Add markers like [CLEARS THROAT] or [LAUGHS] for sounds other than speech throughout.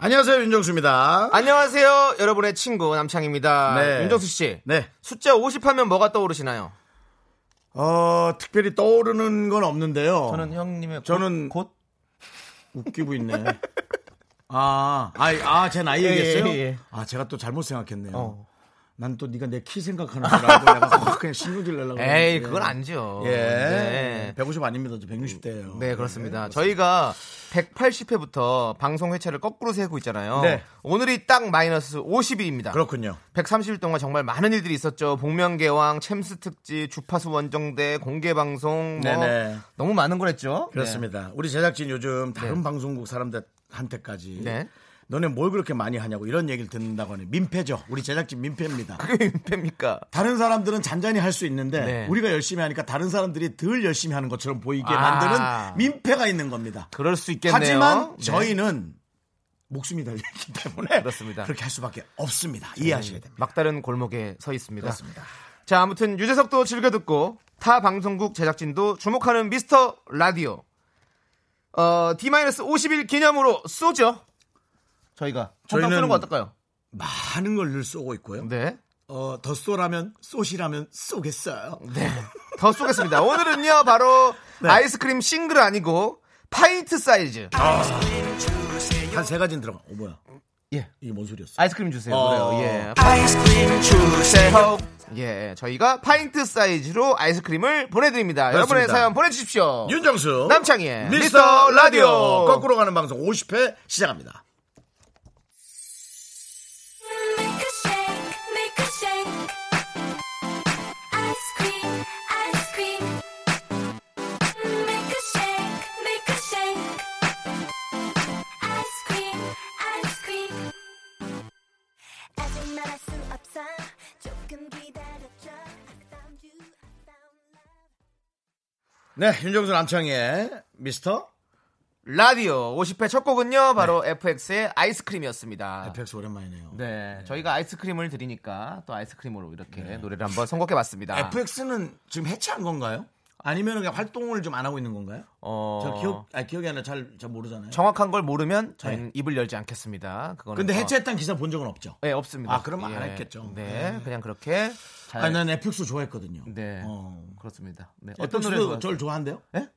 안녕하세요 윤정수입니다. 안녕하세요. 여러분의 친구 남창입니다. 네. 윤정수 씨. 네. 숫자 50 하면 뭐가 떠오르시나요? 어 특별히 떠오르는 건 없는데요. 형님의 저는 웃기고 있네. 아, 아, 아, 제 나이 예, 얘기했어요? 예, 예. 아, 제가 또 잘못 생각했네요. 어. 난 또 네가 내 키 생각하는 줄 알고 [LAUGHS] 내가 확 그냥 신경질 내려고. 그랬는데. 에이, 그건 아니죠. 네. 예. 네. 150 아닙니다. 저 160대예요. 네, 그렇습니다. 저희가 180회부터 방송 회차를 거꾸로 세고 있잖아요. 네. 오늘이 딱 마이너스 50일입니다. 음, 그렇군요. 130일 동안 정말 많은 일들이 있었죠. 복면개왕, 챔스 특집, 주파수 원정대, 공개 방송, 뭐 네네. 너무 많은 걸 했죠. 그렇습니다. 네. 우리 제작진 요즘 다른 방송국 사람들한테까지 네. 너네 뭘 그렇게 많이 하냐고 이런 얘기를 듣는다고 하네. 민폐죠. 우리 제작진 민폐입니다. 네. [LAUGHS] 그게 민폐입니까? 다른 사람들은 잔잔히 할 수 있는데 네. 우리가 열심히 하니까 다른 사람들이 덜 열심히 하는 것처럼 보이게 아. 만드는 민폐가 있는 겁니다. 그럴 수 있겠네요. 하지만 네. 저희는 목숨이 달려있기 때문에 그렇습니다. 네. 그렇게 할 수밖에 없습니다. 이해하셔야 됩니다. 음, 막다른 골목에 서 있습니다. 그렇습니다. 자, 아무튼 유재석도 즐겨 듣고 타 방송국 제작진도 주목하는 미스터 라디오. 어, D-50일 기념으로 쏘죠. 저희가 저희는 저희는- 쏘는 거 어떨까요? 많은 걸 늘 쏘고 있고요. 네. 어, 더 쏘라면 쏘시라면 쏘겠어요. 네. 더 쏘겠습니다. 오늘은요, 바로 아이스크림 싱글 아니고 파인트 사이즈. 한 세 가지는 들어가. 어 뭐야? 예. 이게 뭔 소리였어? 아이스크림 주세요. 어. 그래요. 예. 아이스크림 주세요. 예. 저희가 파인트 사이즈로 아이스크림을 보내드립니다. 여러분의 그렇습니다. 사연 보내주십시오. 윤정수 남창희의 미스터 미스터 라디오 라디오. 거꾸로 가는 방송 50회 시작합니다. Make a shake, make a shake. Ice cream, ice cream. Make a shake, make a shake. Ice cream, ice cream. 아직 말할 수 없어. 조금 기다려줘. I found you, I found love. 네, 윤정수 남창희의 미스터 라디오 50회 첫 곡은요 바로 FX의 아이스크림이었습니다. 네. 에펙스 오랜만이네요. 네. 네, 저희가 아이스크림을 드리니까 또 아이스크림으로 이렇게 노래를 한번 선곡해봤습니다. FX는 지금 해체한 건가요? 아니면 그냥 활동을 좀 안 하고 있는 건가요? 어, 저 기억, 아 기억이 안 나, 잘, 잘 모르잖아요. 정확한 걸 모르면 저희는 입을 열지 않겠습니다. 그거는 근데 뭐- 해체했다는 기사 본 적은 없죠. 네 없습니다. 아, 그러면 안 했겠죠. 네, 네. 그냥 그렇게 잘. 아니, 난 FX 좋아했거든요. 네, 어. 그렇습니다. 네, 어떤 노래 FX도 좋아하세요? 절 좋아한대요? 예?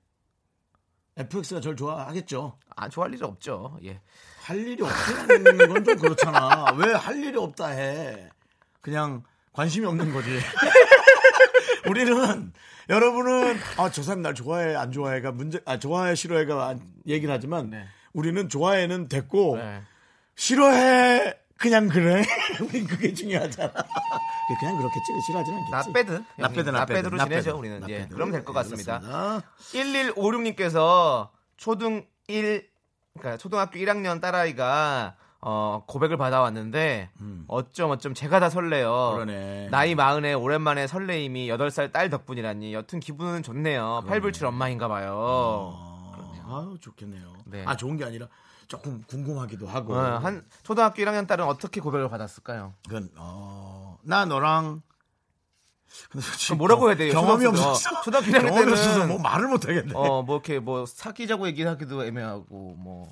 FX가 절 좋아하겠죠. 아 좋아할 일이 없죠. 예, 할 일이 없다는 건 좀 그렇잖아. 왜 할 일이 없다 해? 그냥 관심이 없는 거지. [LAUGHS] 우리는 여러분은 아 저 사람 날 좋아해 안 좋아해가 문제 아 좋아해 싫어해가 안- 얘기를 하지만 네. 우리는 좋아해는 됐고 네. 싫어해 그냥 그래 [LAUGHS] 우린 그게 중요하잖아 그냥 그렇겠지 싫어하진 않겠지 나빼드 나빼드 나빼드 네, 로 지내죠 우리는. 예, 그럼 될 것 같습니다. 그렇습니다. 1156님께서 초등 1 그러니까 초등학교 1학년 딸아이가 어, 고백을 받아왔는데 어쩜 어쩜 제가 다 설레요. 음. 그러네. 나이 마흔에 오랜만에 설레임이 8살 딸 덕분이라니 여튼 기분은 좋네요. 팔불출 엄마인가 봐요. 아 좋겠네요 네. 아 좋은 게 아니라 조금 궁금하기도 하고 어, 한 초등학교 1학년 딸은 어떻게 고백을 받았을까요? 그건 어나 너랑 근데 솔직히 뭐라고 해야 돼요? 경험이 초등학교- 없어서 어, 초등학교 일학년 경험이 때는- 없어서 뭐 말을 못 하겠네. 어, 뭐 이렇게 뭐 사귀자고 얘기하기도 애매하고 뭐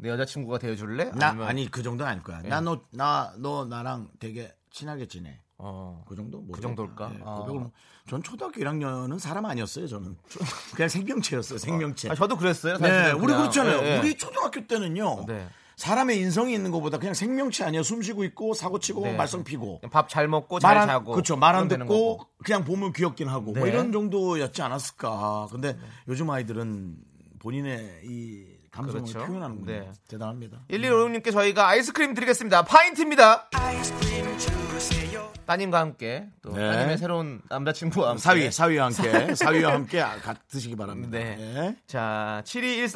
내 여자친구가 되어 줄래? 나 아니 그 정도는 아닐 거야. 예. 나 너 나 너 나랑 되게 친하게 지내. 어. 그 정도? 모르겠다. 정도일까? 예, 아. 고백을 뭐- 전 초등학교 1학년은 사람 아니었어요. 저는 [LAUGHS] 그냥 생명체였어요. 생명체. 아, 저도 그랬어요. 사실은 네, 우리 그냥. 그렇잖아요. 예, 예. 우리 초등학교 때는요. 네. 사람의 인성이 있는 것보다 그냥 생명체 아니야. 숨쉬고 있고 사고치고 네. 말썽 피고. 밥 잘 먹고 잘 말안 자고 그렇죠. 말 안 그러면 되는 듣고 거고. 그냥 보면 귀엽긴 하고 뭐 네. 이런 정도였지 않았을까. 근데 요즘 아이들은 본인의 이 감성을 그렇죠. 표현하는 군요 네. 대단합니다. 1156님께 저희가 아이스크림 드리겠습니다. 파인트입니다. 아이스크림 주세요. 따님과 함께 또 네. 따님의 새로운 남자친구와 함께 사위, 사위와 함께, [LAUGHS] 사위와 함께 가- 드시기 바랍니다. 네. 예. 자,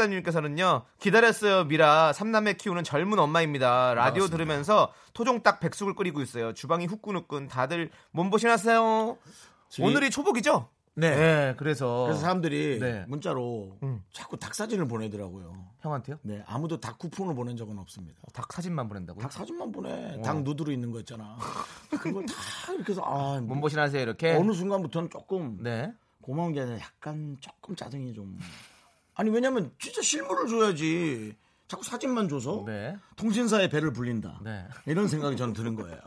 7213님께서는요, 기다렸어요, 미라. 삼남매 키우는 젊은 엄마입니다. 라디오 들으면서 토종닭 백숙을 끓이고 있어요. 주방이 후끈후끈 다들 몸보신하세요. 지금- 오늘이 초복이죠? 네. 그래서. 그래서 사람들이 네. 문자로 자꾸 닭 사진을 보내더라고요. 형한테요? 네, 아무도 닭 쿠폰을 보낸 적은 없습니다. 닭 사진만 보낸다고요? 닭 사진만 보내. 어. 닭 누드로 있는 거 있잖아. 그걸 다 이렇게 해서 아, 뭐, 몸보신하세요, 이렇게. 어느 순간부터는 조금 네. 고마운 게 아니라 약간 조금 짜증이 좀. 아니 왜냐면 진짜 실물을 줘야지. 자꾸 사진만 줘서 네. 통신사의 배를 불린다. 네. 이런 생각이 저는 드는 거예요. 네.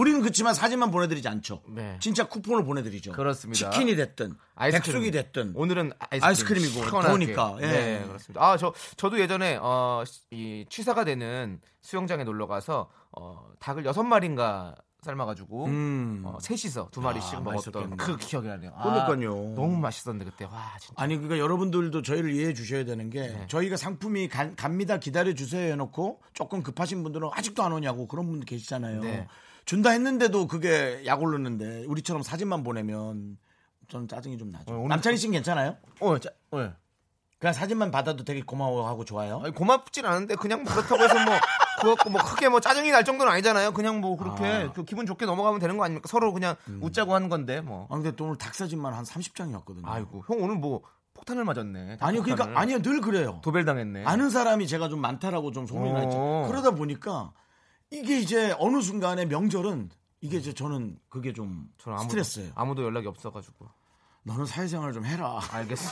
우리는 그렇지만 사진만 보내드리지 않죠. 네. 진짜 쿠폰을 보내드리죠. 그렇습니다. 치킨이 됐든 백숙이 됐든 오늘은 아이스크림. 아이스크림이고, 시원하게. 더우니까, 예. 네, 그렇습니다. 아, 저 저도 예전에 어, 이 취사가 되는 수영장에 놀러 가서 어, 닭을 여섯 마리인가 삶아 가지고 음. 아, 어, 셋이서 두 마리씩 맛있었겠네. 먹었던 그 기억이 나네요. 아, 그러니까요. 너무 맛있었는데 그때 와, 진짜. 아니 그러니까 여러분들도 저희를 이해해 주셔야 되는 게 네. 저희가 상품이 간- 갑니다 기다려 주세요 해놓고 조금 급하신 분들은 아직도 안 오냐고 그런 분 계시잖아요. 네. 준다 했는데도 그게 약 오르는데 우리처럼 사진만 보내면 저는 짜증이 좀 나죠. 어, 오늘- 남창희 씨는 괜찮아요? 어, 자, 어. 그냥 사진만 받아도 되게 고마워하고 예. 좋아요. 아니, 고맙진 않은데 그냥 뭐 그렇다고 해서 [LAUGHS] 뭐 그거 뭐 크게 뭐 짜증이 날 정도는 아니잖아요. 그냥 뭐 그렇게 그 기분 좋게 넘어가면 되는 거 아닙니까? 서로 그냥 음. 웃자고 한 건데 뭐. 아 근데 또 오늘 닭 사진만 한 30장이었거든요. 아이고, 형 오늘 뭐 폭탄을 맞았네. 아니요 폭탄을. 그러니까 아니요 늘 그래요. 도벨 당했네. 아는 사람이 제가 좀 많다라고 좀 소문이 나 예. 어. 있죠. 그러다 보니까 이게 이제 어느 순간에 명절은 이게 이제 저는 그게 좀 저는 아무도, 스트레스예요. 아무도 연락이 없어가지고. 너는 사회생활 좀 [LAUGHS] 해라. 알겠어.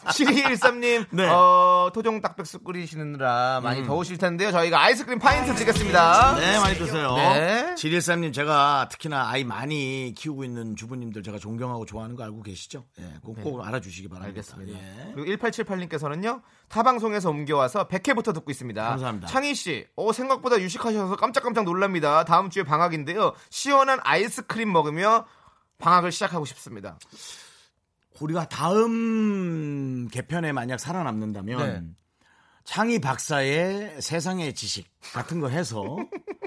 7213님, 네. 음. 어, 토종 닭백숙 끓이시느라 많이 더우실 텐데요. 저희가 아이스크림 파인트 드리겠습니다. 네, 많이 드세요. 네. 713님, 제가 특히나 아이 많이 키우고 있는 주부님들 제가 존경하고 좋아하는 거 알고 계시죠? 예, 꼭, 꼭 알아주시기 바랍니다. 네. 알겠습니다. 예. 그리고 1878님께서는요, 타방송에서 옮겨와서 100회부터 듣고 있습니다. 감사합니다. 창희씨, 어, 생각보다 유식하셔서 깜짝깜짝 놀랍니다. 다음 주에 방학인데요. 시원한 아이스크림 먹으며 방학을 시작하고 싶습니다. 우리가 다음 개편에 만약 살아남는다면 네. 창희 박사의 세상의 지식 같은 거 [LAUGHS] 해서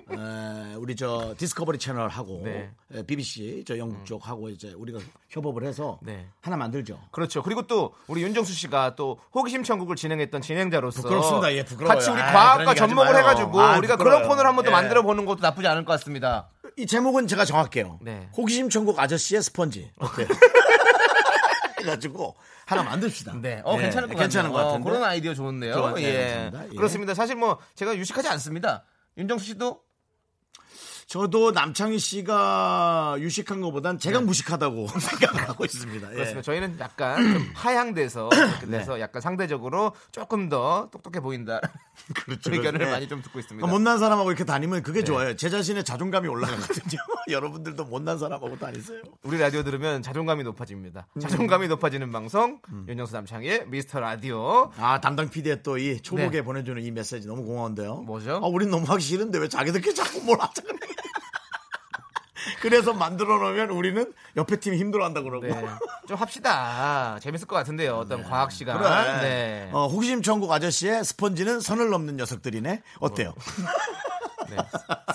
에, 우리 저 디스커버리 채널하고 네. 에, BBC 저 영국 쪽하고 이제 우리가 협업을 해서 네. 하나 만들죠. 그렇죠. 그리고 또 우리 윤정수 씨가 또 호기심 천국을 진행했던 진행자로서 부끄럽습니다. 예, 부끄러워요. 같이 우리 아, 과학과 그런 얘기 하지 접목을 마요. 해가지고 아, 우리가 부끄러워요. 그런 코너를 한번 또 예. 만들어 보는 것도 나쁘지 않을 것 같습니다. 이 제목은 제가 정할게요. 네. 호기심 천국 아저씨의 스펀지. 어때요? [LAUGHS] 해가지고 하나 만듭시다. 네, 어 예, 괜찮을 것 괜찮은 같네요. 것 어, 같은데. 그런 아이디어 좋은데요. 좋아요. 네, 예. 감사합니다. 예. 그렇습니다. 사실 뭐 제가 유식하지 않습니다. 윤정수 씨도 저도 남창희 씨가 유식한 것보단 제가 무식하다고 [LAUGHS] 생각을 하고 있습니다. 네. 예. 네. 그렇습니다. 저희는 [CLEARS THROAT] 약간 좀 하향돼서 그래서 약간 상대적으로 조금 더 똑똑해 [LAUGHS] 보인다. 그렇죠. 의견을 네. 많이 좀 듣고 있습니다. 그러니까 못난 사람하고 이렇게 다니면 그게 좋아요. 제 자신의 자존감이 [LAUGHS] 올라가거든요. 여러분들도 못난 사람하고 다니세요. 우리 라디오 들으면 자존감이 높아집니다. 음. 자존감이 높아지는 방송 윤정수 남창의 미스터 라디오 아 담당 PD의 또 이 초복에 네. 보내주는 이 메시지 너무 고마운데요. 뭐죠? 아 우린 너무 하기 싫은데 왜 자기들끼리 자꾸 뭘 하자 그래? [LAUGHS] 그래서 만들어 놓으면 우리는 옆에 팀이 힘들어한다 [LAUGHS] 그러고. 네. 좀 합시다. 재밌을 것 같은데요. 어떤 과학 시간. 그래. 네. 어, 호기심 천국 아저씨의 스펀지는 선을 넘는 녀석들이네. 어때요? 네.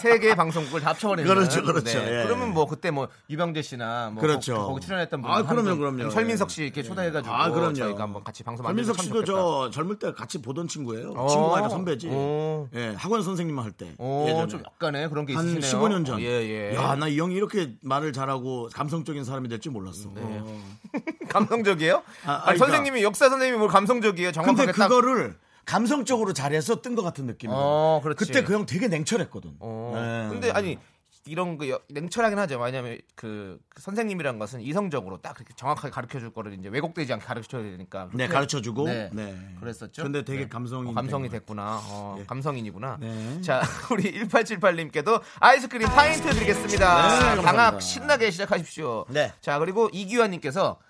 세 개의 방송국을 다 합쳐버리는. 그렇죠, 그렇죠. 예. 그러면 뭐 그때 뭐 유병재 씨나 뭐 그렇죠. 거- 거기 출연했던 분, 아, 한 그럼요, 분, 그럼요. 아니면 설민석 씨 이렇게 초대해가지고 아, 그럼요. 저희가 한번 같이 방송 만들면 전민석 참 씨도 좋겠다. 저 젊을 때 같이 보던 친구예요. 어. 친구가 아니라 선배지. 어. 예, 학원 선생님만 할 때. 오, 예전에. 좀 약간의 그런 게 한 있으시네요. 15년 전. 어, 예, 예. 야, 나 이 형이 이렇게 말을 잘하고 감성적인 사람이 될 줄 몰랐어. 네. 어. [LAUGHS] 감성적이에요? 아, 아니, 아니, 선생님이 역사 선생님이 뭘 감성적이에요? 정확하게 근데 딱. 그거를 감성적으로 잘해서 뜬 것 같은 느낌이에요. 어, 그렇지. 그때 그 형 되게 냉철했거든. 어. 예. 근데 아니 이런 거 여- 냉철하긴 하죠. 왜냐하면 그 선생님이란 것은 이성적으로 딱 그렇게 정확하게 가르쳐 줄 거를 이제 왜곡되지 않게 가르쳐 줘야 되니까. 네, 가르쳐 주고. 네. 네. 그랬었죠. 근데 되게 네. 감성이. 어, 감성이 됐구나. 어, 감성인이구나. 예. 네. 자, [LAUGHS] 우리 1878님께도 아이스크림 파인트 드리겠습니다. 네, 감사합니다. 방학 신나게 시작하십시오. 네. 자, 그리고 이규환님께서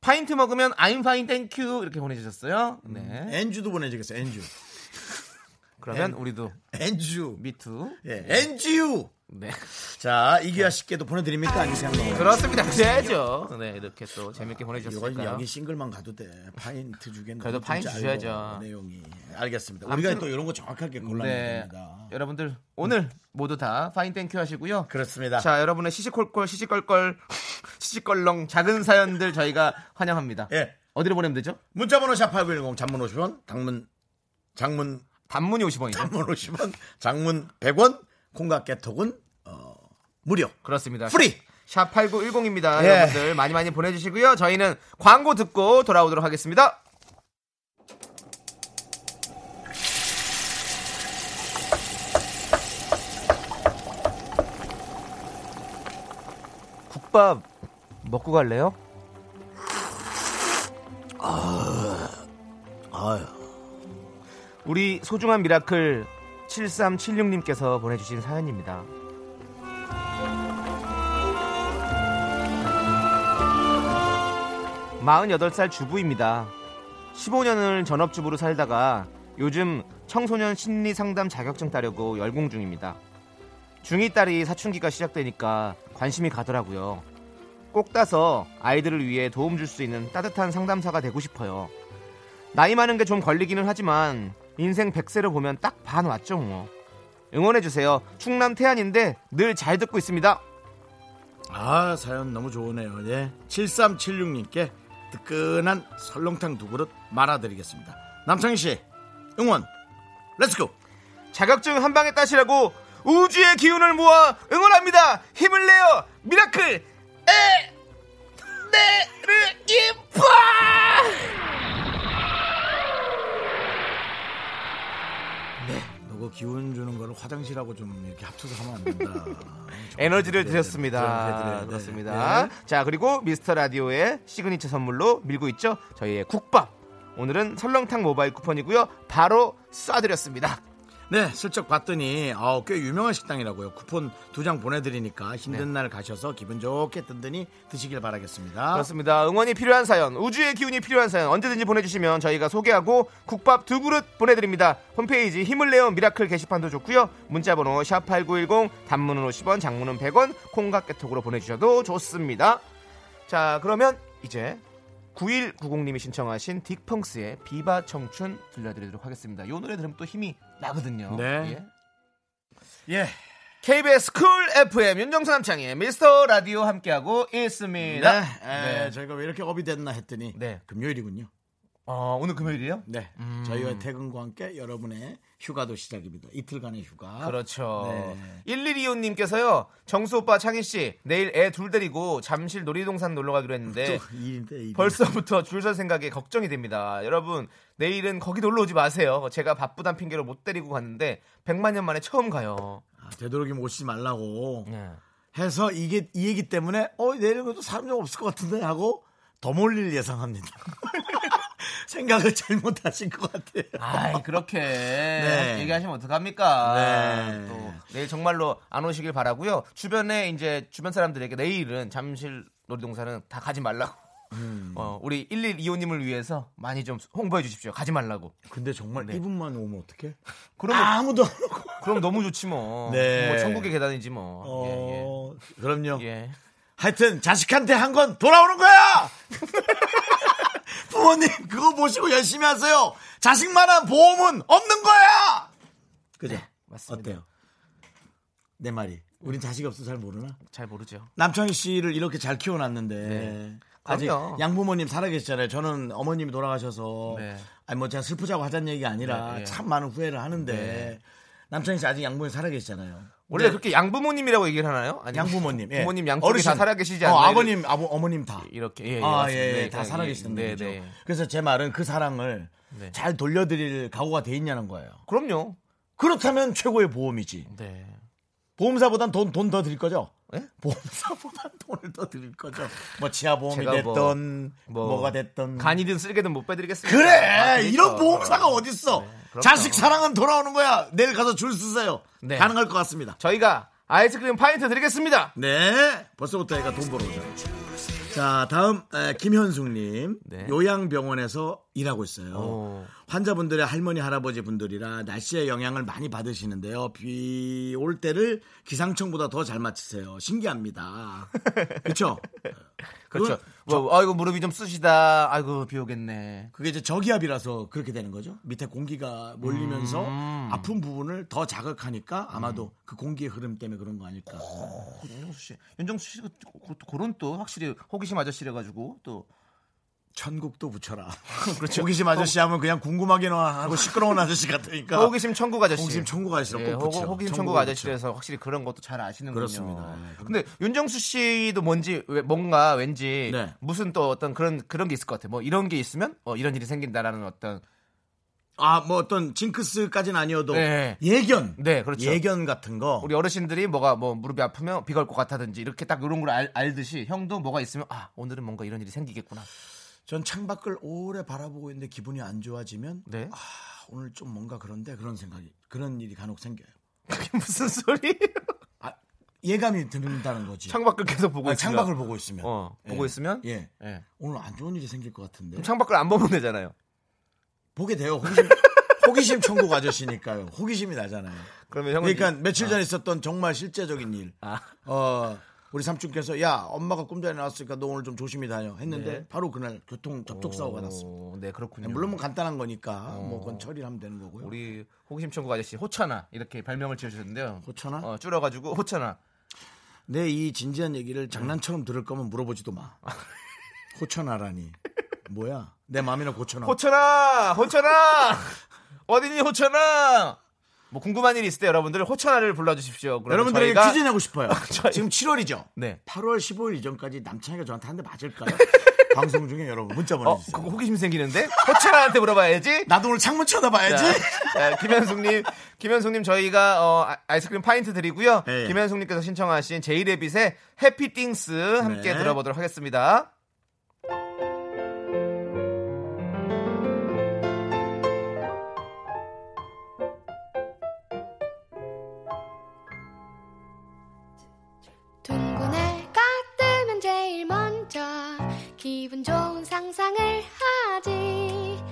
파인트 먹으면 I'm fine, thank you 이렇게 보내주셨어요. 네. 엔주도 보내주겠어요, 엔주. 네. 그러면 우리도 엔주. 미투. 예, 엔지유. 네. 자, 이기아 씨께도 보내드립니까? 아니, 생각나요. 그렇습니다. 그래야죠. 네, 이렇게 또 아, 재밌게 이건 보내주셨으니까. 여기 싱글만 가도 돼. 파인트 주겠네. 그래도 파인 주셔야죠. 그 내용이. 알겠습니다. 아무튼- 우리가 또 이런 거 정확하게 네. 골라냅니다. 음. 여러분들 오늘 모두 다 파인 땡큐 하시고요. 그렇습니다. 자, 여러분의 시시콜콜, 시시껄껄, 시시껄렁 작은 사연들 저희가 환영합니다. 예. 어디로 보내면 되죠? 문자번호 샵8910 장문 50원, 당문, 장문, 단문이 50원이죠. 장문 50원, 장문 100원, 콩과 깨톡은, 어, 무료. 그렇습니다. 프리! 샵 8910입니다. 예. 여러분들 많이 많이 보내주시고요. 저희는 광고 듣고 돌아오도록 하겠습니다. 국밥 먹고 갈래요? 우리 소중한 미라클 7376님께서 보내주신 사연입니다. 마흔 여덟 살 주부입니다. 15년을 전업주부로 살다가 요즘 청소년 심리 상담 자격증 따려고 열공 중입니다. 중2 딸이 사춘기가 시작되니까 관심이 가더라고요. 꼭 따서 아이들을 위해 도움 줄 수 있는 따뜻한 상담사가 되고 싶어요. 나이 많은 게 좀 걸리기는 하지만 인생 100세로 보면 딱 반 왔죠 뭐. 응원해주세요. 충남 태안인데 늘 잘 듣고 있습니다. 아, 사연 너무 좋으네요. 예. 7376님께 뜨끈한 설렁탕 두 그릇 말아드리겠습니다. 남창희 씨, 응원, 렛츠고! 자격증 한 방에 따시라고 우주의 기운을 모아 응원합니다. 힘을 내요. 미라클 에 네, 내를 입어. 네. 너그 기운 주는 거를 화장실하고 좀 이렇게 합쳐서 하면 안 [LAUGHS] 된다. 에너지를 네, 좀 드렸습니다. 해드려야 돼. 네. 그렇습니다. 자 그리고 미스터 라디오의 시그니처 선물로 밀고 있죠. 저희의 국밥. 오늘은 설렁탕 모바일 쿠폰이고요. 바로 쏴드렸습니다. 네, 슬쩍 봤더니 어, 꽤 유명한 식당이라고요. 쿠폰 두 장 보내드리니까 힘든 네. 날 가셔서 기분 좋게 든든히 드시길 바라겠습니다. 그렇습니다. 응원이 필요한 사연, 우주의 기운이 필요한 사연 언제든지 보내주시면 저희가 소개하고 국밥 두 그릇 보내드립니다. 홈페이지 힘을 내어 미라클 게시판도 좋고요. 문자번호 샵8910 단문은 50원, 장문은 100원, 콩과 깨톡으로 보내주셔도 좋습니다. 자 그러면 이제 9190님이 신청하신 딕펑스의 비바 청춘 들려드리도록 하겠습니다. 이 노래 들으면 또 힘이 나거든요. 네. 예, KBS 쿨 FM 윤정수 남창의 미스터 라디오 함께하고 있습니다. 네, 에, 저희가 왜 이렇게 업이 됐나 했더니 네. 음. 금요일이군요. 어, 오늘 금요일이에요? 네, 저희와 퇴근과 함께 여러분의 휴가도 시작입니다. 이틀간의 휴가. 그렇죠. 아, 네. 1125님께서요, 정수 오빠 창희 씨, 내일 애 둘 데리고 잠실 놀이동산 놀러 가기로 했는데, 또 일인데 이게. 네. 벌써부터 줄 설 생각에 걱정이 됩니다. 여러분, 내일은 거기 놀러 오지 마세요. 제가 바쁘단 핑계로 못 데리고 갔는데, 100만 년 만에 처음 가요. 아, 되도록이면 오시지 말라고 해서 이게 이 얘기 때문에 어 내일 그래도 사람 좀 없을 것 같은데 하고 더 몰릴 예상합니다. [LAUGHS] 생각을 잘못하신 것 같아요. [LAUGHS] 아이, 그렇게 얘기하시면 어떡합니까? 네. 또, 내일 정말로 안 오시길 바라고요 주변에 이제, 주변 사람들에게 내일은 잠실 놀이동산은 다 가지 말라고. 음. [LAUGHS] 어, 우리 1125님을 위해서 많이 좀 홍보해 주십시오. 가지 말라고. 근데 정말 이분만 오면 어떡해? 그러면- 아무도 안 오고. 그럼 너무 좋지 뭐. [LAUGHS] 네. 뭐 천국의 계단이지 뭐. 어, 그럼요. 예, 예. 예. 하여튼 자식한테 한 건 돌아오는 거야. [LAUGHS] 부모님 그거 보시고 열심히 하세요. 자식만한 보험은 없는 거야. 네, 그죠? 맞습니다. 어때요? 내 말이. 우린 자식이 없어 서잘 모르나? 잘 모르죠. 남창희 씨를 이렇게 잘 키워놨는데 아직 네. 그럼요. 양부모님 살아계시잖아요. 저는 어머님이 돌아가셔서 네. 아니 뭐 제가 슬프자고 하자는 얘기 아니라 네, 네. 참 많은 후회를 하는데 남창희 씨 아직 양부모님 살아계시잖아요. 원래 그렇게 양부모님이라고 얘기를 하나요? 아니 네. 양부모님, 예. 부모님 양쪽이 다 살아계시지 않나요? 어, 아버님, 아버, 어머님 다. 이렇게 예, 예, 아, 맞습니다. 예, 네, 예, 다 예, 예, 살아계시던데. 네, 네. 그래서 제 말은 그 사랑을 네. 잘 돌려드릴 각오가 돼 있냐는 거예요. 그럼요. 그렇다면 최고의 보험이지. 네. 보험사보단 돈 돈 더 드릴 거죠? 예? 보험사보단 [LAUGHS] 돈을 더 드릴 거죠. 뭐 치아보험이 제가 뭐, 됐던 뭐, 뭐, 가 됐던 간이든 쓸개든 못 빼드리겠습니다. 그래 아, 그러니까. 네, 이런 보험사가 어딨어? 그럼요. 자식 사랑은 돌아오는 거야. 내일 가서 줄 쓰세요. 네. 가능할 것 같습니다. 저희가 아이스크림 파인트 드리겠습니다. 네, 벌써부터 애가 돈 벌어오죠. 자, 다음 에, 김현숙님 네. 요양병원에서 일하고 있어요. 어. 환자분들의 할머니 할아버지 분들이라 날씨의 영향을 많이 받으시는데요. 비 올 때를 기상청보다 더 잘 맞추세요. [LAUGHS] 신기합니다. 그렇죠? 그렇죠. 뭐, 아이고 무릎이 좀 쑤시다. 아이고 비 오겠네. 그게 이제 저기압이라서 그렇게 되는 거죠. 밑에 공기가 몰리면서 아픈 부분을 더 자극하니까 아마도 그 공기의 흐름 때문에 그런 거 아닐까. 윤정수 씨, 윤정수 씨가 고- 고- 그런 또 확실히 호기심 아저씨래 가지고 또 천국도 [LAUGHS] 붙여라. 그렇죠. 호기심 아저씨 하면 그냥 궁금하게나 하고 [LAUGHS] 시끄러운 아저씨 같으니까. 호기심 천국 아저씨. 그러니까 호기심 천국 아저씨라고 예, 꼭 호- 붙여. 호기심 천국 천국 붙여. 아저씨라서 확실히 그런 것도 잘 아시는군요. 그렇습니다. 예, 그럼- 근데 윤정수 씨도 뭔지 왜- 뭔가 왠지 네. 무슨 또 어떤 그런 그런 게 있을 것 같아요. 뭐 이런 게 있으면 어, 이런 일이 생긴다라는 어떤 아, 뭐 어떤 징크스까지는 아니어도 네. 예견. 네, 그렇죠. 예견 같은 거. 우리 어르신들이 뭐가 뭐 무릎이 아프면 비가 올 것 같다든지 이렇게 딱 이런 걸 알, 알듯이 형도 뭐가 있으면 아 오늘은 뭔가 이런 일이 생기겠구나. 전 창밖을 오래 바라보고 있는데 기분이 안 좋아지면 네. 아, 오늘 좀 뭔가 그런데 그런 생각이 그런 일이 간혹 생겨요. 그게 [LAUGHS] 무슨 소리? 아, 예감이 드는다는 거지. 창밖을 계속 보고 아니, 있으면 창밖을 보고 있으면. 어, 보고 예. 있으면 예. 예. 오늘 안 좋은 일이 생길 것 같은데. 그럼 창밖을 안 보면 되잖아요. 보게 돼요. 호기심, 호기심 천국 아저씨니까요. 호기심이 나잖아요. 그러면 형은 그러니까 이제- 며칠 전에 있었던 정말 실제적인 일. 아. 어, 우리 삼촌께서 야 엄마가 꿈자리 나왔으니까 너 오늘 좀 조심히 다녀 했는데 바로 그날 교통 접촉 사고가 났어. 네. 오, 네 그렇군요. 물론 뭐 간단한 거니까 뭐 그건 처리를 하면 되는 거고요. 우리 호기심 천국 아저씨 호천아 이렇게 발명을 지어주셨는데요. 호천아? 어, 줄여가지고 호천아. 내 이 진지한 얘기를 장난처럼 들을 거면 물어보지도 마. 아. [LAUGHS] 호천하라니. 뭐야? 내 마음이나 고쳐놔. 호천아, [LAUGHS] 호천아, 어디니 호천아. 뭐 궁금한 일이 있을 때 여러분들 호천아를 불러주십시오. 그러면 여러분들에게 저희가- 퀴즈 내고 싶어요. [LAUGHS] 저희- 지금 7월이죠? 네. 8월 15일 이전까지 남창이가 저한테 한 대 [LAUGHS] 맞을까요? 방송 중에 여러분 문자 어, 보내주세요. 그거 호기심 생기는데 호천아한테 물어봐야지. 나도 오늘 창문 쳐다봐야지. [LAUGHS] 자, 자, 김현숙님, 김현숙님 저희가 어, 아- 아이스크림 파인트 드리고요. 예. 김현숙님께서 신청하신 제이레빗의 해피띵스 함께 네. 들어보도록 하겠습니다. 둥근해가 뜨면 제일 먼저 기분 좋은 상상을 하지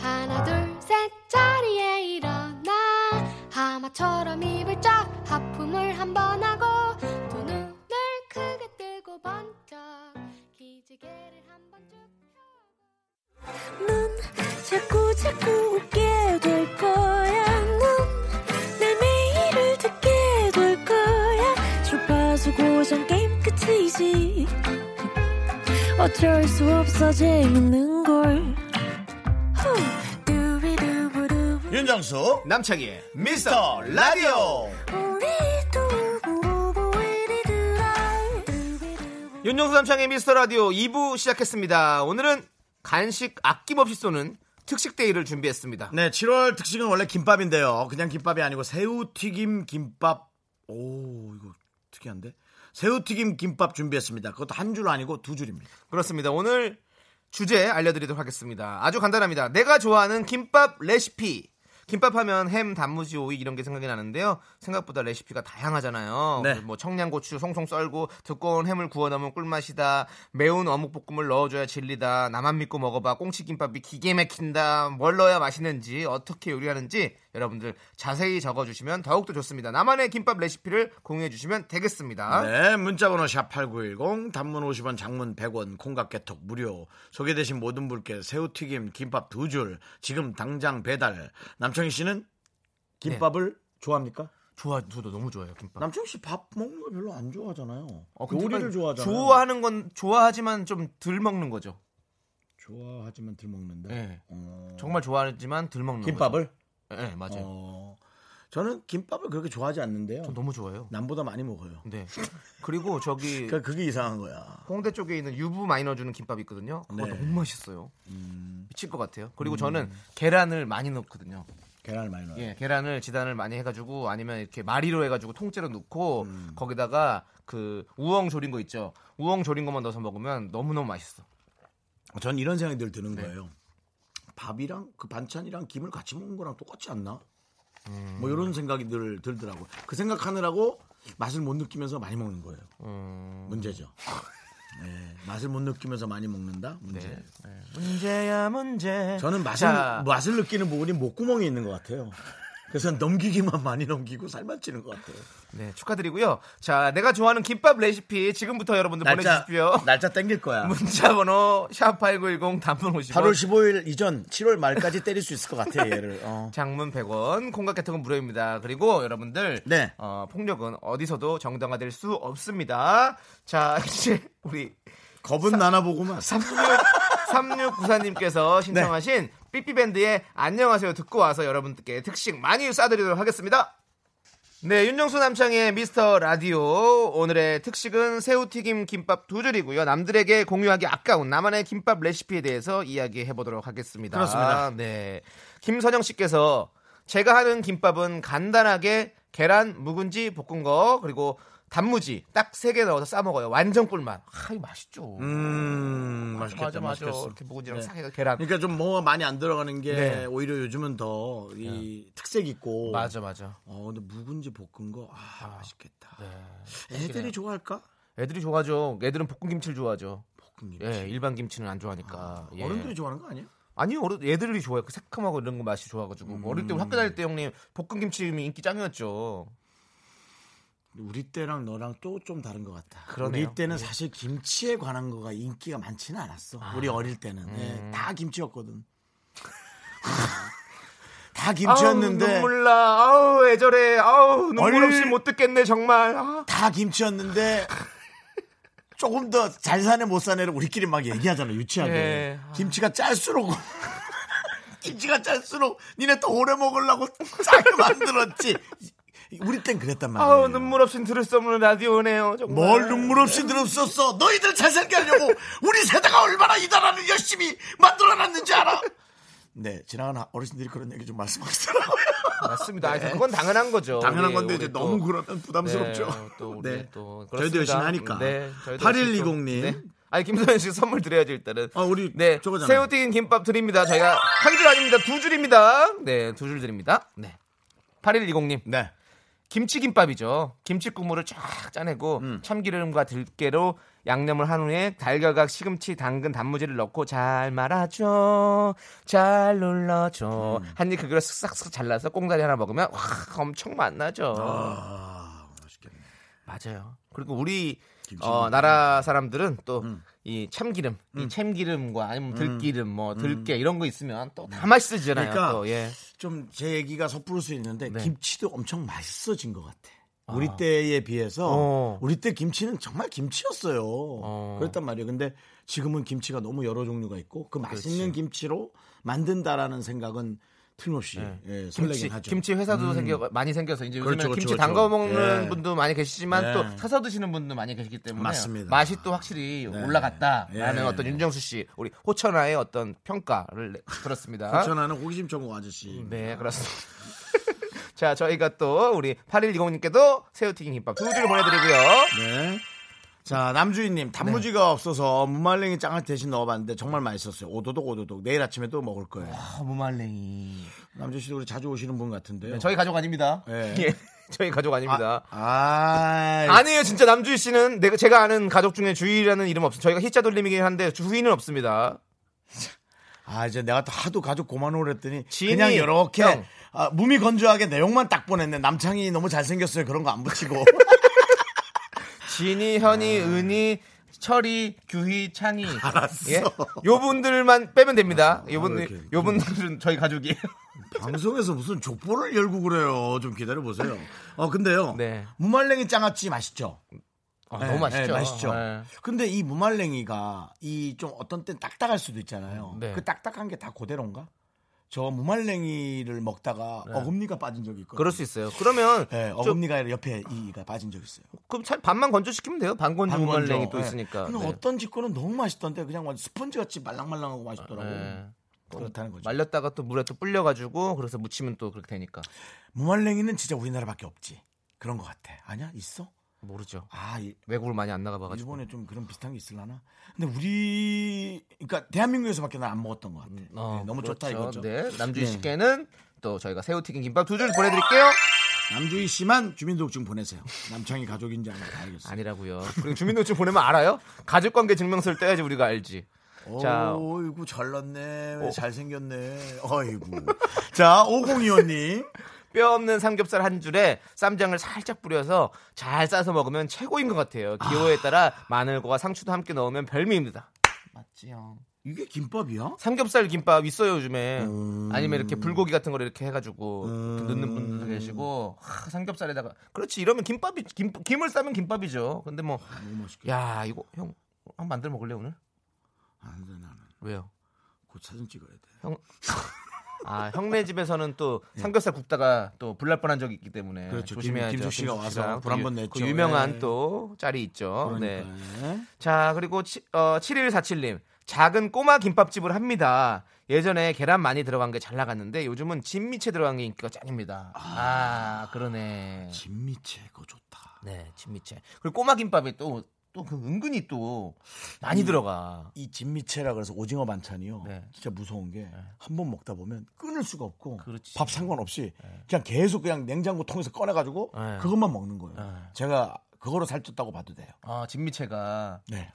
하나 둘 셋 자리에 일어나 하마처럼 입을 쫙 하품을 한 번 하고 두 눈을 크게 뜨고 번쩍 기지개를 한번 쭉 펴고 넌 자꾸 자꾸 웃게 될 거야. 넌내 매일을 듣게 될 거야. 주파수 고정 게임 끝이지. 어쩔 수 없어 재밌는 걸. 후. 두비두부두. 윤정수 남창희의 미스터 라디오. 우리 두부부부 우리 두라. 두비두부. 윤정수 남창의 미스터 라디오 2부 시작했습니다. 오늘은 간식 아낌없이 쏘는 특식 데이를 준비했습니다. 네, 7월 특식은 원래 김밥인데요. 그냥 김밥이 아니고 새우튀김 김밥. 오, 이거 특이한데? 새우튀김 김밥 준비했습니다. 그것도 한 줄 아니고 두 줄입니다. 그렇습니다. 오늘 주제 알려드리도록 하겠습니다. 아주 간단합니다. 내가 좋아하는 김밥 레시피. 김밥 하면 햄, 단무지, 오이 이런 게 생각이 나는데요. 생각보다 레시피가 다양하잖아요. 네. 뭐 청양고추 송송 썰고 두꺼운 햄을 구워 넣으면 꿀맛이다. 매운 어묵볶음을 넣어줘야 진리다. 나만 믿고 먹어봐. 꽁치김밥이 기계 막힌다. 뭘 넣어야 맛있는지 어떻게 요리하는지 여러분들 자세히 적어주시면 더욱더 좋습니다. 나만의 김밥 레시피를 공유해주시면 되겠습니다. 네, 문자번호 샵8910, 단문 50원, 장문 100원, 콩각개톡 무료. 소개되신 모든 분께 새우튀김 김밥 두 줄, 지금 당장 배달. 남청희 씨는 김밥을 좋아합니까? 좋아, 저도 너무 좋아요 김밥. 남청희 씨 밥 먹는 거 별로 안 좋아하잖아요. 어, 근데 요리를 막 좋아하잖아요. 좋아하는 건 좋아하지만 좀 덜 먹는 거죠. 하지만덜 먹는다. 예. 어, 정말 좋아하지만 덜 먹는 김밥을? 거죠. 예, 네, 맞아요. 어, 저는 김밥을 그렇게 좋아하지 않는데요. 전 너무 좋아요. 남보다 많이 먹어요. [LAUGHS] 네. 그리고 저기 그러니까 그게 이상한 거야. 홍대 쪽에 있는 유부 마이너 주는 김밥이 있거든요. 그거 네. 음. 너무 맛있어요. 미칠 것 같아요. 그리고 저는 계란을 많이 넣거든요. 계란을 많이 넣어요. 예, 계란을 지단을 많이 해가지고 아니면 이렇게 마리로 해가지고 통째로 넣고 음. 거기다가 그 우엉 조린 거 있죠. 우엉 조린 것만 넣어서 먹으면 너무 너무 맛있어. 전 이런 생각이 늘 네. 드는 거예요. 밥이랑 그 반찬이랑 김을 같이 먹는 거랑 똑같지 않나? 음. 뭐 이런 생각이 늘 음. 들더라고. 그 생각하느라고 맛을 못 느끼면서 많이 먹는 거예요. 문제죠. 네, 맛을 못 느끼면서 많이 먹는다 문제. 문제야 문제. 저는 맛을 네. 자, 맛을 느끼는 부분이 목구멍에 있는 것 같아요. 그래서 넘기기만 많이 넘기고 살만 찌는 것 같아요. 네 축하드리고요. 자 내가 좋아하는 김밥 레시피 지금부터 여러분들 날짜 보내주십시오. [LAUGHS] 날짜 땡길 거야. 문자번호 샵8910 단문 50원. 8월 15일 이전 7월 말까지 때릴 수 있을 것 같아 얘를. 어. 장문 100원, 콩각 개통은 무료입니다. 그리고 여러분들 네. 어, 폭력은 어디서도 정당화될 수 없습니다. 자 [LAUGHS] 이제 우리 겁은 나나 보고만. 36 [LAUGHS] 네. 3694님께서 신청하신 삐삐밴드의 안녕하세요 듣고 와서 여러분께 특식 많이 싸드리도록 하겠습니다. 네, 윤정수 남창의 미스터 라디오. 오늘의 특식은 새우튀김 김밥 두 줄이고요. 남들에게 공유하기 아까운 나만의 김밥 레시피에 대해서 이야기해 보도록 하겠습니다. 그렇습니다. 네. 김선영 씨께서 제가 하는 김밥은 간단하게 계란, 묵은지, 볶은 거, 그리고 단무지 딱 세 개 넣어서 싸 먹어요. 완전 꿀맛. 아, 이 맛있죠. 음 맛있겠다 맞아, 맞아. 맛있겠어. 이렇게 묵은지랑 네. 싹 해서 계란. 그러니까 좀 뭐가 많이 안 들어가는 게 네. 오히려 요즘은 더 이 특색 있고. 맞아, 맞아. 네. 어 근데 묵은지 볶은 거 아, 맛있겠다. 애들이 좋아할까? 애들이 좋아하죠. 애들은 볶은 김치를 좋아하죠. 볶은 김치. 예, 일반 김치는 안 좋아하니까. 예. 어른들이 좋아하는 거 아니야? 아니요, 어른 애들이 좋아요. 그 새콤하고 이런 거 맛이 좋아가지고 어릴 때 우리 학교 다닐 때 형님 볶은 김치님이 인기 짱이었죠. 우리 때랑 너랑 또 좀 다른 것 같아. 그러네요. 아. 우리 때는 사실 김치에 관한 거가 인기가 많지는 않았어. 우리 어릴 때는 음. 예, 다 [LAUGHS] 김치였거든. 다 김치였는데 아우, 눈물 나. 아우 애절해. 아우 눈물 어릴- 없이 못 듣겠네 정말. 아. 다 김치였는데 조금 더 잘 사네 못 사네를 우리끼리 막 얘기하잖아 유치하게 예. 김치가 짤수록 [LAUGHS] 김치가 짤수록 니네 또 오래 먹으려고 짜게 만들었지 우리 땐 그랬단 말이야 아우 예. 눈물 없이 들을 수 없는 라디오네요. 정말. 뭘 눈물 없이 들었었어 너희들 잘살게 하려고 우리 세대가 얼마나 이 나라를 열심히 만들어놨는지 알아 네 지나간 어르신들이 그런 얘기 좀 [LAUGHS] 말씀하시더라고요 맞습니다. 아, 그건 당연한 거죠. 당연한 우리- 건데 우리 이제 또- 너무 그러면 부담스럽죠. 네, [LAUGHS] 또 우리 또 저희도 그렇습니다. 열심히 하니까. 네, 저희도 8120 님. 열심히 또- 네. 아니 김선현 씨 선물 드려야죠 일단은. 아, 우리 네 저거잖아요. 새우튀김 김밥 드립니다. 저희가 한 줄 아닙니다. 두 줄입니다. 네, 두 줄 드립니다. 네. 8120님 네. 김치김밥이죠. 김치 국물을 쫙 짜내고 음. 참기름과 들깨로 양념을 한 후에 달걀과 시금치, 당근, 단무지를 넣고 잘 말아줘, 잘 눌러줘. 음. 한입 그걸 쓱싹쓱 잘라서 꽁다리 하나 먹으면 와 엄청 맛나죠. 아, 맛있겠네. 맞아요. 그리고 우리 김치 어, 나라 사람들은 또 이 음. 참기름, 이 참기름과 아니면 들기름, 뭐 들깨 이런 거 있으면 또 다 음. 맛있어지잖아요. 그러니까 또, 예. 좀 제 얘기가 섣부를 수 있는데 네. 김치도 엄청 맛있어진 것 같아. 우리 때에 비해서 어. 우리 때 김치는 정말 김치였어요. 어. 그랬단 말이에요. 근데 지금은 김치가 너무 여러 종류가 있고 그 맛있는 김치로 만든다라는 생각은 틀림없이 예, 설레긴 네. 김치, 하죠. 음. 김치 회사도 생겨 많이 생겨서 이제 요즘에 그렇죠, 그렇죠, 김치 그렇죠. 담가 먹는 예. 분도 많이 계시지만 예. 또 사서 드시는 분도 많이 계시기 때문에 맞습니다. 네. 맛이 또 확실히 올라갔다라는 예. 어떤 윤정수 씨 우리 호천아의 어떤 평가를 내- 들었습니다. 천하는 호기심 천국 아저씨. 네 그렇습니다. [LAUGHS] 자 저희가 또 우리 8120님께도 새우튀김 김밥 두 줄 보내드리고요. 네. 자, 남주인님, 네. 단무지가 없어서 무말랭이 짱을 대신 넣어봤는데 정말 맛있었어요. 오도독, 오도독. 내일 아침에 또 먹을 거예요. 무말랭이. 남주 씨도 우리 자주 오시는 분 같은데요. 네, 저희 가족 아닙니다. 네. 예. 예, [LAUGHS] 저희 가족 아닙니다. 아, 아, 아니에요 진짜 남주희 씨는 내가 제가 아는 가족 중에 주희라는 이름 없어요 저희가 희자 돌림이긴 한데 주희는 없습니다 아, 이제 내가 또 하도 가족 고만호를 했더니 지인이, 그냥 이렇게 형. 아, 몸이 건조하게 내용만 딱 보냈네. 남창이 너무 잘생겼어요. 그런 거 안 붙이고. 진이, 현이, 은이, 철이, 규희, 창이. [LAUGHS] 알았어. 요 분들만 빼면 됩니다. 요 왜 분들, 이렇게. 요 분들은 저희 가족이에요. 방송에서 무슨 족보를 열고 그래요. 좀 기다려보세요. 어, 근데요. 네. 무말랭이 짱아찌 맛있죠? 아, [LAUGHS] 네, 너무 맛있죠. 네, 맛있죠. 네. 근데 이 무말랭이가 이 좀 어떤 땐 딱딱할 수도 있잖아요. 네. 그 딱딱한 게 다 그대로인가? 저 무말랭이를 먹다가 어금니가 빠진 적이 네. 있거든요. 그럴 수 있어요. 그러면 네, 좀, 어금니가 아니라 옆에 이가 빠진 적 있어요. 그럼 참 반만 건조시키면 돼요. 반건조 우말랭이 또 있으니까. 근데 네. 예. 어떤 집거는 너무 맛있던데 그냥 완전 스펀지 같이 말랑말랑하고 맛있더라고. 네. 요 그렇다는 거죠. 말렸다가 또 물에 또 불려가지고 그래서 무치면 또 그렇게 되니까 무말랭이는 진짜 우리나라밖에 없지. 그런 것 같아. 아니야? 있어? 모르죠. 아, 이- 외국을 많이 안 나가봐가지고. 일본에 좀 그런 비슷한 게 있을라나? 근데 우리 그러니까 대한민국에서밖에 난 안 먹었던 것 같아. 어, 네, 너무 좋다 이거죠. 그렇죠. 네, 남주희 네. 씨께는 또 저희가 새우튀김 김밥 두 줄 보내드릴게요. 남주희 씨만 주민등록증 보내세요. 남창희 가족인지 아닌지 알겠어요. 아니라고요. 그리고 주민등록증 보내면 알아요? 가족관계 증명서를 떼야지 우리가 알지. 자, 어. 어이구 잘났네. 잘생겼네. 어이구. 자, 5025님. 뼈 없는 삼겹살 한 줄에 쌈장을 살짝 뿌려서 잘 싸서 먹으면 최고인 것 같아요. 기호에 따라 마늘과 상추도 함께 넣으면 별미입니다. 맞지요. 이게 김밥이야? 삼겹살 김밥 있어요 요즘에. 음. 아니면 이렇게 불고기 같은 걸 이렇게 해가지고 넣는 분들도 계시고 하, 삼겹살에다가 그렇지 이러면 김밥이 김, 김을 싸면 김밥이죠. 근데 너무 맛있게. 뭐 야 이거 형 한번 만들어 먹을래 오늘? 안 돼, 아, 나는. 왜요? 곧 사진 찍어야 돼. 형. 아 형네 집에서는 [LAUGHS] 또 삼겹살 굽다가 또 불날 뻔한 적이 있기 때문에 예. 그렇죠. 조심해야죠. 김- 김숙 씨가 와서 씨랑 불한 그 번 유- 냈죠. 그 유명한 예. 또 짤이 있죠. 네. 그러니까. 자 그리고 치, 어, 7147님 작은 꼬마 김밥집을 합니다. 예전에 계란 많이 들어간 게 잘 나갔는데 요즘은 진미채 들어간 게 인기가 짱입니다. 아, 그러네. 진미채 그거 좋다. 네 진미채. 그리고 꼬마 김밥이 또 또 그 은근히 또 음. 많이 들어가. 이 진미채라 그래서 오징어 반찬이요. 네. 진짜 무서운 게 한 번 먹다 보면 끊을 수가 없고 그렇지. 밥 상관없이 그냥 계속 그냥 냉장고 통에서 꺼내 가지고 네. 그것만 먹는 거예요. 네. 제가 그거로 살쪘다고 봐도 돼요. 아 진미채가 네.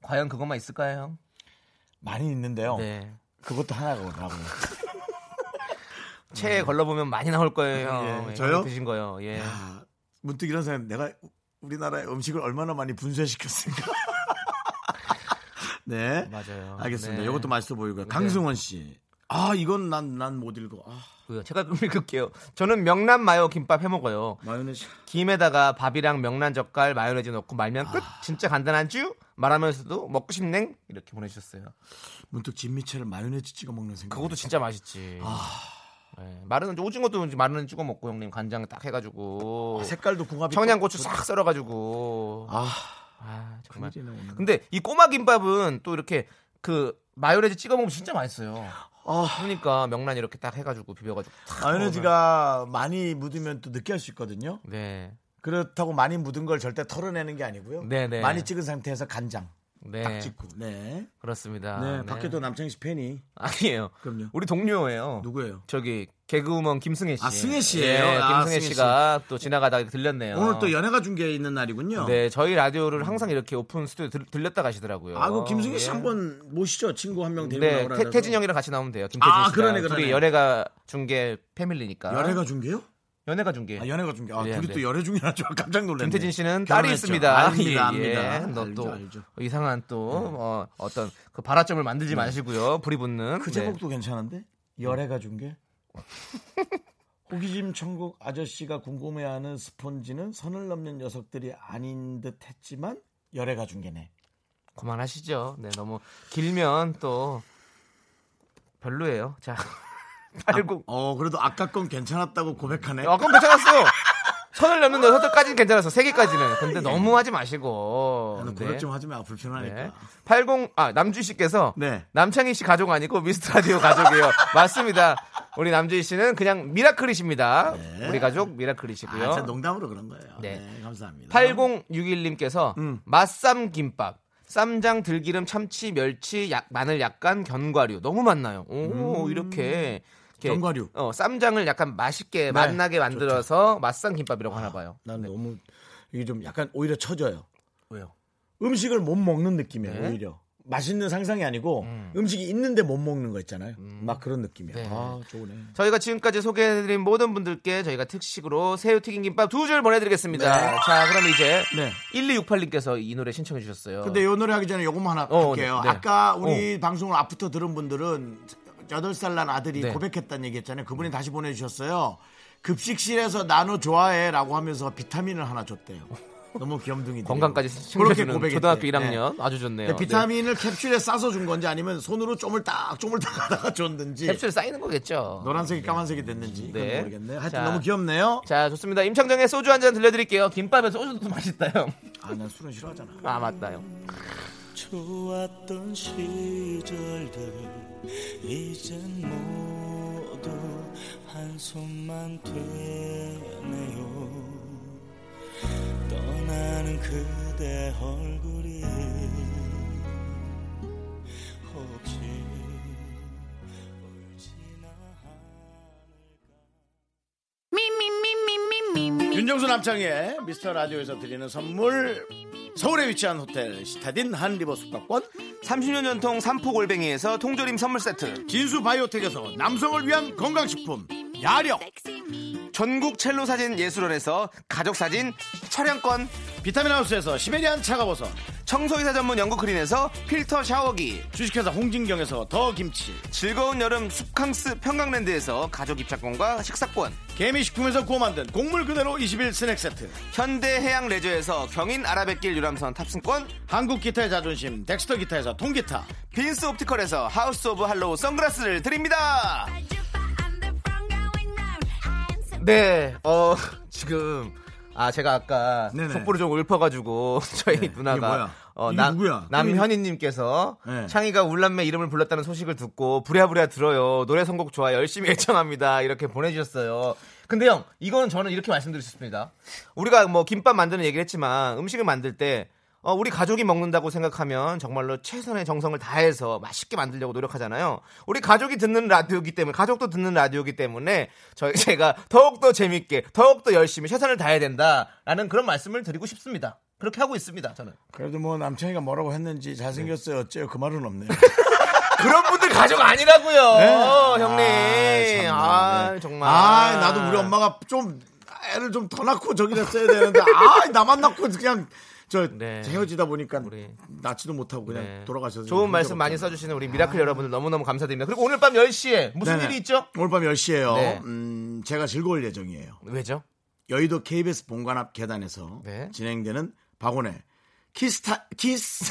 과연 그것만 있을까요 형? 많이 있는데요. 네. 그것도 하나라고요. 체에 걸러보면 많이 나올 거예요. 형. 음. 예, 저요? 형이 드신 거요. 예. 아, 문득 이런 생각 내가 우리나라의 음식을 얼마나 많이 분쇄시켰을까. [LAUGHS] 네. 맞아요. 알겠습니다. 네. 이것도 맛있어 보이고요. 강승원 씨. 아, 이건 난 난 못 읽어. 아, 그거요. 제가 그럼 읽을게요. 저는 명란 마요 김밥 해 먹어요. 마요네즈. 김에다가 밥이랑 명란 젓갈 마요네즈 넣고 말면 끝. 아. 진짜 간단한 쥬. 말하면서도 먹고 싶냉 이렇게 보내주셨어요. 문득 진미채를 마요네즈 찍어 먹는 생각. 그것도 진짜 맛있지. 아. 예, 마른 오징어도 이제 마른 찍어 먹고 형님 간장 딱 해가지고 아, 색깔도 궁합이 청양고추 싹 썰어가지고 아, 아, 정말. 큰일이네, 오늘. 근데 이 꼬마 김밥은 또 이렇게 그 마요네즈 찍어 먹으면 진짜 맛있어요. 아, 그러니까 명란 이렇게 딱 해가지고 비벼가지고 탁 마요네즈가 많이 묻으면 또 느끼할 수 있거든요. 먹으면. 네, 그렇다고 많이 묻은 걸 절대 털어내는 게 아니고요. 네네. 많이 찍은 상태에서 간장 딱 네, 아, 찍고. 네. 그렇습니다. 네, 밖에도 남창희 씨 팬이 아니에요. 그럼요. 우리 동료예요. 누구예요? 저기 개그우먼 김승혜 씨. 아, 승혜 씨예요? 예, 아, 김승혜 승혜 씨가 또 지나가다 들렸네요. 오늘 또 연예가 중계에 있는 날이군요. 아. 네, 저희 라디오를 항상 이렇게 오픈 스튜디오 들, 들렸다 가시더라고요. 아, 그 김승희 씨 예. 한번 모시죠. 친구 한 명 데리고 네, 나오라. 태, 태진 형이랑 같이 나오면 돼요. 김태진 아, 씨랑. 그러네, 그러네. 둘이 연애가 중계 패밀리니까. 연애가 중계요? 연애가 중계. 아, 연애가 중계. 아, 네, 둘이 네. 또 연애 중계라 좀 [LAUGHS] 깜짝 놀랐네. 김태진 씨는 결혼했죠. 딸이 있습니다. 압니다, 예, 압니다. 예. 너 알죠, 네. 또 알죠. 이상한 또 어, 어떤 그 발화점을 만들지 마시고요. 불이 붙는. 네. 네. 그 제목도 괜찮은데? 열애가 [LAUGHS] 중계? 호기심 천국 아저씨가 궁금해하는 스폰지는 선을 넘는 녀석들이 아닌 듯 했지만 열애가 중계네. 네, 그만하시죠. 네, 너무 길면 또 별로예요. 자, [LAUGHS] 팔고. 어, 그래도 아까 건 괜찮았다고 고백하네. 아, 그럼 [LAUGHS] 괜찮았어. 선을 넘는 여섯까지는 괜찮았어. 세 개까지는. 근데 예. 너무 하지 마시고. 네. 나는 고백 어, 좀 하지 마. 불편하니까. 80, 아, 남주희 씨께서. 그러니까. 네. 남창희 씨 가족 아니고 미스터 라디오 가족이에요. [LAUGHS] 맞습니다. 우리 남주희 씨는 그냥 미라클이십니다. 네. 우리 가족 미라클이시고요. 아, 진짜 농담으로 그런 거예요. 네. 네. 감사합니다. 8061님께서 음. 맛쌈 김밥. 쌈장, 들기름, 참치, 멸치, 약- 마늘 약간 견과류 너무 많나요? 오 이렇게, 이렇게, 음. 견과류. 네. 어 쌈장을 약간 맛있게 맛나게 만들어서 맛쌈 김밥이라고 하나 봐요. 아, 네. 난 너무 이게 좀 약간 오히려 처져요. 왜요? 음식을 못 먹는 느낌이에요 네. 오히려 맛있는 상상이 아니고 음. 식이 있는데 못 먹는 거 있잖아요 막 그런 느낌이야 음. 네. 아 좋으네 저희가 지금까지 소개해드린 모든 분들께 저희가 특식으로 새우튀김 김밥 두 줄 보내드리겠습니다. 자 그럼 이제 네. 1268님께서 이 노래 신청해 주셨어요. 근데 요 노래 하기 전에 요것만 하나 어, 할게요 네, 네. 아까 우리 방송을 아프터 들은 분들은 8살 난 아들이 네. 고백했다는 얘기 했잖아요 그분이 다시 보내주셨어요 급식실에서 나눠 좋아해 라고 하면서 비타민을 하나 줬대요 너무 귀염둥이 건강까지 그렇게 챙겨주는 고백했대요 초등학교 네. 1학년 아주 좋네요. 근데 비타민을 캡슐에 싸서 준 건지 아니면 손으로 쪼물딱 쪼물딱 하다가 줬는지 네. 캡슐 쌓이는 거겠죠. 어, 노란색이 까만색이 됐는지 이건 네. 모르겠네요. 하여튼 자. 너무 귀엽네요. 자 좋습니다. 임창정의 소주 한 잔 들려드릴게요. 김밥에 소주도 맛있다요. 아, 난 술은 싫어하잖아. 아 맞다요. 좋았던 시절들 이젠 모두 한손만 되네요 떠나는 그대 얼굴이 혹시 울지나 않을까 윤정수 남창의 미스터 라디오에서 드리는 선물 서울에 위치한 호텔 시타딘 한 리버 숙박권 30년 전통 삼포골뱅이에서 통조림 선물 세트 진수 바이오텍에서 남성을 위한 건강식품 야력 전국 첼로 사진 예술원에서 가족 사진 촬영권 비타민 하우스에서 시베리안 차가워서 청소이사 전문 영국 크린에서 필터 샤워기 주식회사 홍진경에서 더 김치 즐거운 여름 숲캉스 평강랜드에서 가족 입장권과 식사권 개미식품에서 구워 만든 곡물 그대로 21 스낵 세트 현대해양 레저에서 경인 아라뱃길 유람선 탑승권 한국 기타의 자존심 덱스터 기타에서 통기타 빈스 옵티컬에서 하우스 오브 할로우 선글라스를 드립니다 네, 어, [LAUGHS] 지금, 아, 제가 아까 네네. 속보를 좀 읊어가지고, [LAUGHS] 저희 네, 이게 누나가, 뭐야? 어, 이게 남, 누구야? 남현희님께서, 네. 창희가 울람매 이름을 불렀다는 소식을 듣고, 부랴부랴 들어요. 노래 선곡 좋아. 열심히 [LAUGHS] 애청합니다. 이렇게 보내주셨어요. 근데 형, 이거는 저는 이렇게 말씀드릴 수 있습니다. 우리가 뭐, 김밥 만드는 얘기를 했지만, 음식을 만들 때, 어, 우리 가족이 먹는다고 생각하면 정말로 최선의 정성을 다해서 맛있게 만들려고 노력하잖아요. 우리 가족이 듣는 라디오기 때문에, 가족도 듣는 라디오기 때문에, 저희, 제가 더욱더 재밌게, 더욱더 열심히 최선을 다해야 된다라는 그런 말씀을 드리고 싶습니다. 그렇게 하고 있습니다, 저는. 그래도 뭐 남창이가 뭐라고 했는지 잘생겼어요 어째요 그 말은 [LAUGHS] 없네요 그런 분들 가족 아니라고요, 네. 형님. 아, 아, 참나. 네. 정말. 아, 나도 우리 엄마가 좀 애를 좀 더 낳고 저기 됐어야 되는데, 아, 나만 낳고 그냥 저 [LAUGHS] 네. 헤어지다 보니까 우리. 낳지도 못하고 그냥 네. 돌아가셔서 좋은 말씀 많이 써주시는 우리 미라클 여러분들 너무너무 감사드립니다. 그리고 오늘 밤 10시에 무슨 네네. 일이 있죠? 오늘 밤 10시에요. 네. 음, 제가 즐거울 예정이에요. 왜죠? 여의도 KBS 본관 앞 계단에서 네. 진행되는 박원의 키스타 [LAUGHS] 키스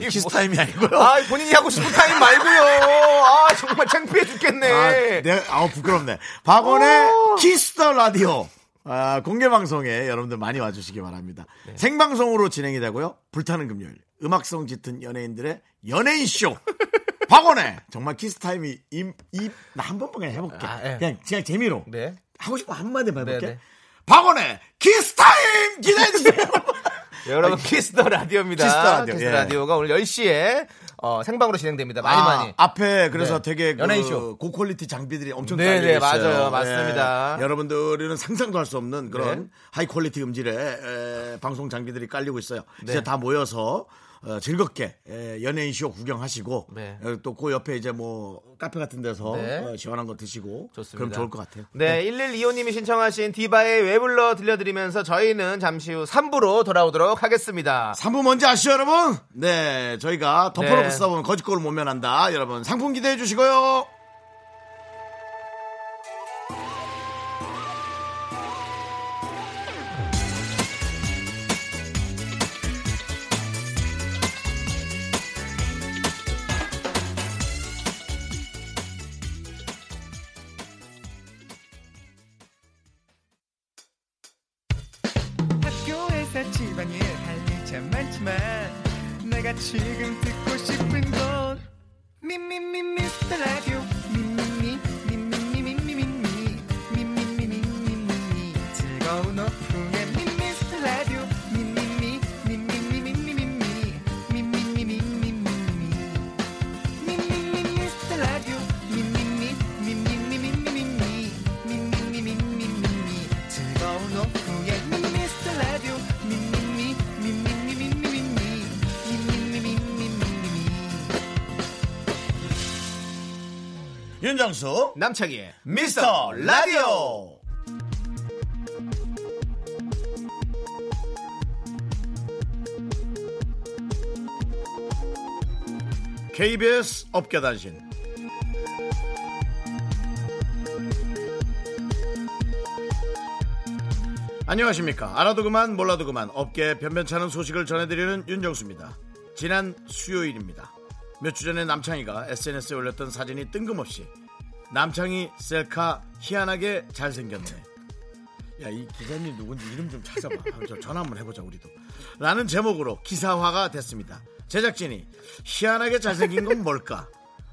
죄송합니다. 뭐- [LAUGHS] 키스 타임이 아니고요. 아, 본인이 하고 싶은 타임 말고요. 아, 정말 창피해 죽겠네. 어. 아, 내가 아우 부끄럽네. 박원의 키스터 라디오 아, 공개 방송에 여러분들 많이 와주시기 바랍니다. 네. 생방송으로 진행이 되고요. 불타는 금요일 음악성 짙은 연예인들의 연예인 쇼. [LAUGHS] 박원의 정말 키스 타임이 입나한 번만 그냥 해볼게. 아, 예. 그냥 그냥 재미로 네. 하고 싶은 한마디만 해볼게. 네, 네. 박원의 키스 타임 기대해 주세요. [LAUGHS] 아, 예. 여러분 키스더 라디오입니다. 키스 더 라디오, 예. 가 오늘 10시에 어, 생방으로 진행됩니다. 많이 아, 많이. 앞에 그래서 네. 되게 그 연예인 쇼. 고퀄리티 장비들이 엄청 달려 네네, 있어요. 맞아요. 맞습니다. 예. 여러분들은 상상도 할 수 없는 그런 네. 하이 퀄리티 음질의 에, 방송 장비들이 깔리고 있어요. 이제 네. 다 모여서 어, 즐겁게 에, 연예인 쇼 구경하시고 네. 또 그 옆에 이제 뭐 카페 같은 데서 네. 어, 시원한 거 드시고 좋습니다. 그럼 좋을 것 같아요. 네, 1125님이 신청하신 디바의 왜 불러 들려드리면서 저희는 잠시 후 3부로 돌아오도록 하겠습니다. 3부 뭔지 아시죠, 여러분? 네, 저희가 덮어놓고 네. 써보면 거짓골을 못 면한다. 여러분, 상품 기대해 주시고요. 학교에서 집안일 할 일 참 많지만 내가 지금 듣고 싶은 건 미미미 미스터 라디오 미미미 미미미 미미미 미미미 미미미 즐거운 오후에 미스터 라디오 미미미 미미미 미미미 미미미 미미미 윤정수, 남창희의 미스터 라디오. KBS 업계단신 안녕하십니까 알아도 그만 몰라도 그만 업계 변변찮은 소식을 전해드리는 윤정수입니다 지난 수요일입니다 몇 주 전에 남창희가 SNS에 올렸던 사진이 뜬금없이 남창희 셀카 희한하게 잘생겼네 야 이 기자님 누군지 이름 좀 찾아봐 한번 저 전화 한번 해보자 우리도 라는 제목으로 기사화가 됐습니다 제작진이 희한하게 잘생긴 건 뭘까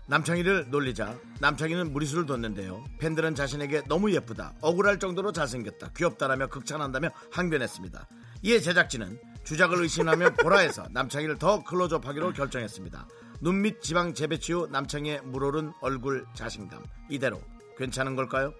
남창희를 놀리자 남창희는 무리수를 뒀는데요 팬들은 자신에게 너무 예쁘다 억울할 정도로 잘생겼다 귀엽다라며 극찬한다며 항변했습니다 이에 제작진은 주작을 [LAUGHS] 의심하며 보라에서 남창희를 더 클로즈업하기로 결정했습니다 눈 밑 지방 재배치 후 남창희의 물오른 얼굴 자신감 이대로 괜찮은 걸까요?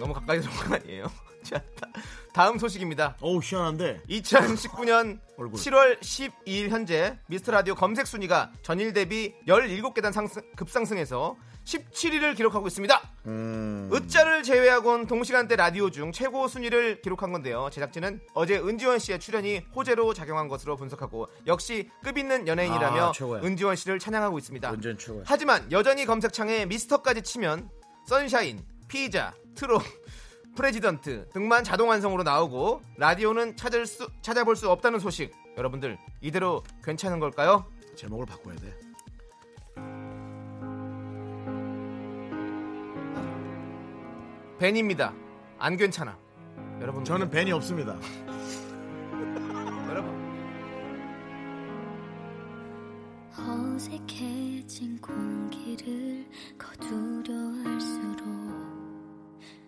너무 가까이 서온거 아니에요? [LAUGHS] 자, 다- 다음 소식입니다. 어우 시원한데 2019년 얼굴. 7월 12일 현재 미스터 라디오 검색 순위가 전일 대비 17계단 상승, 급상승해서 17위를 기록하고 있습니다. 음. 으짜를 제외하곤 동시간대 라디오 중 최고 순위를 기록한 건데요. 제작진은 어제 은지원 씨의 출연이 호재로 작용한 것으로 분석하고 역시 끝있는 연예인이라며 아, 최고야. 은지원 씨를 찬양하고 있습니다. 은지원 최고야. 하지만 여전히 검색창에 미스터까지 치면 선샤인, 피자, 트롯, [LAUGHS] 프레지던트 등만 자동 완성으로 나오고 라디오는 찾을 수, 찾아볼 수 없다는 소식. 여러분들 이대로 괜찮은 걸까요? 제목을 바꿔야 돼 벤입니다. 안 괜찮아. 여러분 저는 벤이 없습니다 여러분 어색해진 공기를 거두려 할수록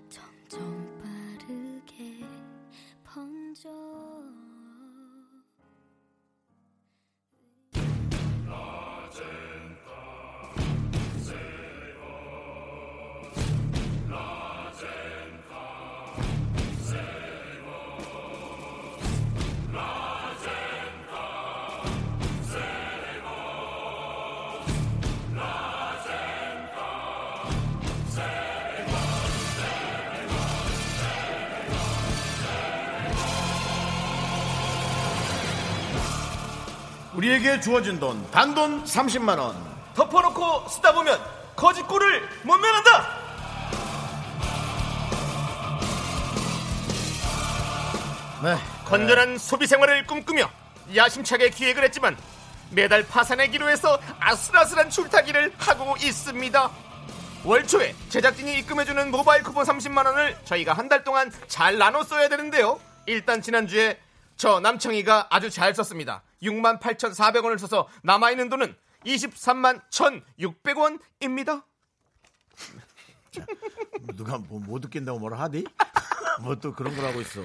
점점 빠르게 번져 우리에게 주어진 돈 단돈 30만원 덮어놓고 쓰다 보면 거짓 꼴을 못 면한다. 네 건전한 소비 생활을 꿈꾸며 야심차게 기획을 했지만 매달 파산하기로 해서 아슬아슬한 줄타기를 하고 있습니다. 월 초에 제작진이 입금해주는 모바일 쿠폰 30만 원을 저희가 한 달 동안 잘 나눠 써야 되는데요. 일단 지난주에 저 남청이가 아주 잘 썼습니다. 6만 8,400원을 써서 남아있는 돈은 23만 1,600원입니다. 누가 뭐 못 웃긴다고 뭐라 하디? [LAUGHS] 뭐 또 그런 걸 하고 있어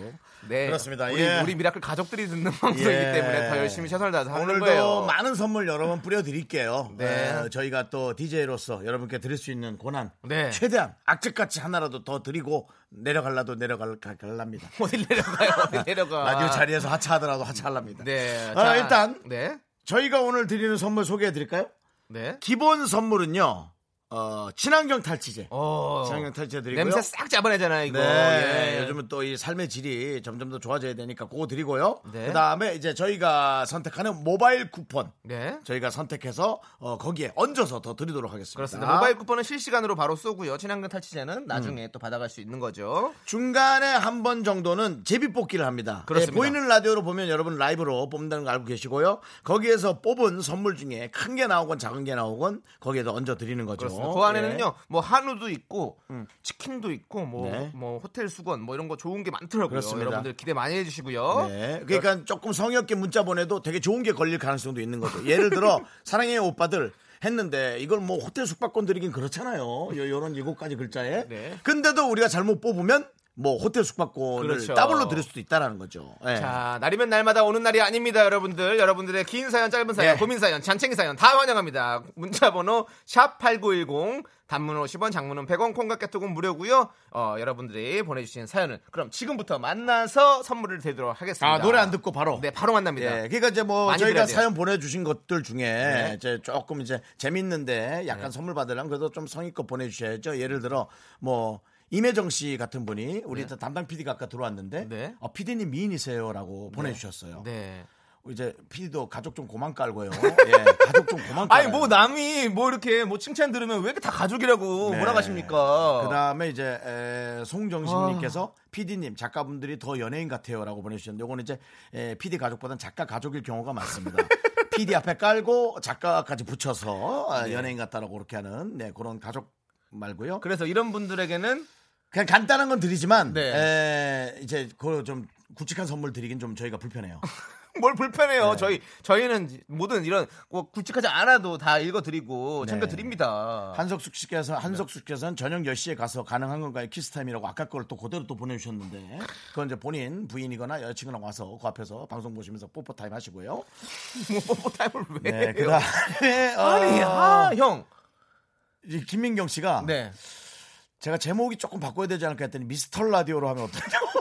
네. 그렇습니다 우리, 예. 우리 미라클 가족들이 듣는 방송이기 예. 때문에 더 열심히 최선을 다해서 하는 오늘도 거예요. 많은 선물 여러 번 뿌려드릴게요. 네. 어, 저희가 또 DJ로서 여러분께 드릴 수 있는 고난 네. 최대한 악재같이 하나라도 더 드리고 내려갈라도 내려갈랍니다. [LAUGHS] 어디 내려가요? [LAUGHS] 어디 내려가? 라디오 자리에서 하차하더라도 하차할랍니다. 네. 아, 일단 네. 저희가 오늘 드리는 선물 소개해드릴까요? 네. 기본 선물은요. 어, 친환경 탈취제. 어. 친환경 탈취제 드리고요. 냄새 싹 잡아내잖아요, 이거. 네, 예. 요즘은 또 이 삶의 질이 점점 더 좋아져야 되니까 그거 드리고요. 네. 그 다음에 이제 저희가 선택하는 모바일 쿠폰. 네. 저희가 선택해서 어, 거기에 얹어서 더 드리도록 하겠습니다. 그렇습니다. 모바일 쿠폰은 실시간으로 바로 쏘고요. 친환경 탈취제는 음. 나중에 또 받아갈 수 있는 거죠. 중간에 한 번 정도는 제비뽑기를 합니다. 그렇습니다. 예, 보이는 라디오로 보면 여러분 라이브로 뽑는다는 거 알고 계시고요. 거기에서 뽑은 선물 중에 큰 게 나오건 작은 게 나오건 거기에다 얹어 드리는 거죠. 예. 그렇습니다. 그 안에는요, 뭐 한우도 있고 음, 치킨도 있고 뭐 뭐 네. 호텔 수건 뭐 이런 거 좋은 게 많더라고요. 그렇습니다. 여러분들 기대 많이 예. 해주시고요. 네. 그러니까 조금 성의 없게 문자 보내도 되게 좋은 게 걸릴 가능성도 있는 거죠. 예를 [LAUGHS] 들어 사랑해요 오빠들 했는데 이걸 뭐 호텔 숙박권 드리긴 그렇잖아요. 요, 요런 일곱 가지 글자에. 네. 근데도 우리가 잘못 뽑으면 뭐 호텔 숙박권을 그렇죠. 따블로 드릴 수도 있다라는 거죠. 예. 자, 날이면 날마다 오는 날이 아닙니다, 여러분들. 여러분들의 긴 사연, 짧은 사연, 네. 고민 사연, 잔챙이 사연 다 환영합니다. 문자 번호 샵 8910 단문 50원, 장문은 100원, 콩과 깨톡은 무료고요. 어, 여러분들이 보내 주신 사연은 그럼 지금부터 만나서 선물을 드리도록 하겠습니다. 아 노래 안 듣고 바로. 네, 바로 만납니다. 예, 그러니까 이제 뭐 많이 저희가 드려야 돼요. 네. 사연 보내주신 것들 중에 이제 조금 이제 재밌는데 약간 선물 받으려면 그래도 좀 성의껏 보내주셔야죠. 예를 들어 뭐 임혜정 씨 같은 분이 우리 담당 PD가 아까 들어왔는데 네. 어, PD님 미인이세요라고 보내주셨어요. 네. 이제 PD도 가족 좀 고만 깔고요. 예, 가족 좀 고만 깔아요. [LAUGHS] 아니 뭐 남이 뭐 이렇게 뭐 칭찬 들으면 왜 이렇게 다 가족이라고 네. 몰아가십니까? 그다음에 이제 에, 송정식님께서 PD님 작가분들이 더 연예인 같아요라고 보내주셨는데 요거는 이제 에, PD 가족보다는 작가 가족일 경우가 많습니다. PD 앞에 깔고 작가까지 붙여서 아, 연예인 같다라고 그렇게 하는 네, 그런 가족 말고요. 그래서 이런 분들에게는 그냥 간단한 건 드리지만 에, 이제 그 좀 굵직한 선물 드리긴 좀 저희가 불편해요. [LAUGHS] 뭘 불편해요. 저희 저희는 모든 이런 뭐 굵직하지 않아도 다 읽어드리고 네. 챙겨 드립니다. [LAUGHS] 한석숙 씨께서 네. 한석숙 씨께서는 저녁 10시에 가서 가능한 건가요? 키스타임이라고 아까 그걸 또 그대로 또 보내주셨는데 그건 이제 본인 부인이거나 여자친구랑 와서 그 앞에서 방송 보시면서 뽀뽀 타임 하시고요. 뽀뽀 뭐 타임을 왜 네, 해요? 그다음에 어, 아. 아니, 아, 형. 이 김민경 씨가 네. 제가 제목이 조금 바꿔야 되지 않을까 했더니 미스터 라디오로 하면 [LAUGHS] 어떠냐고.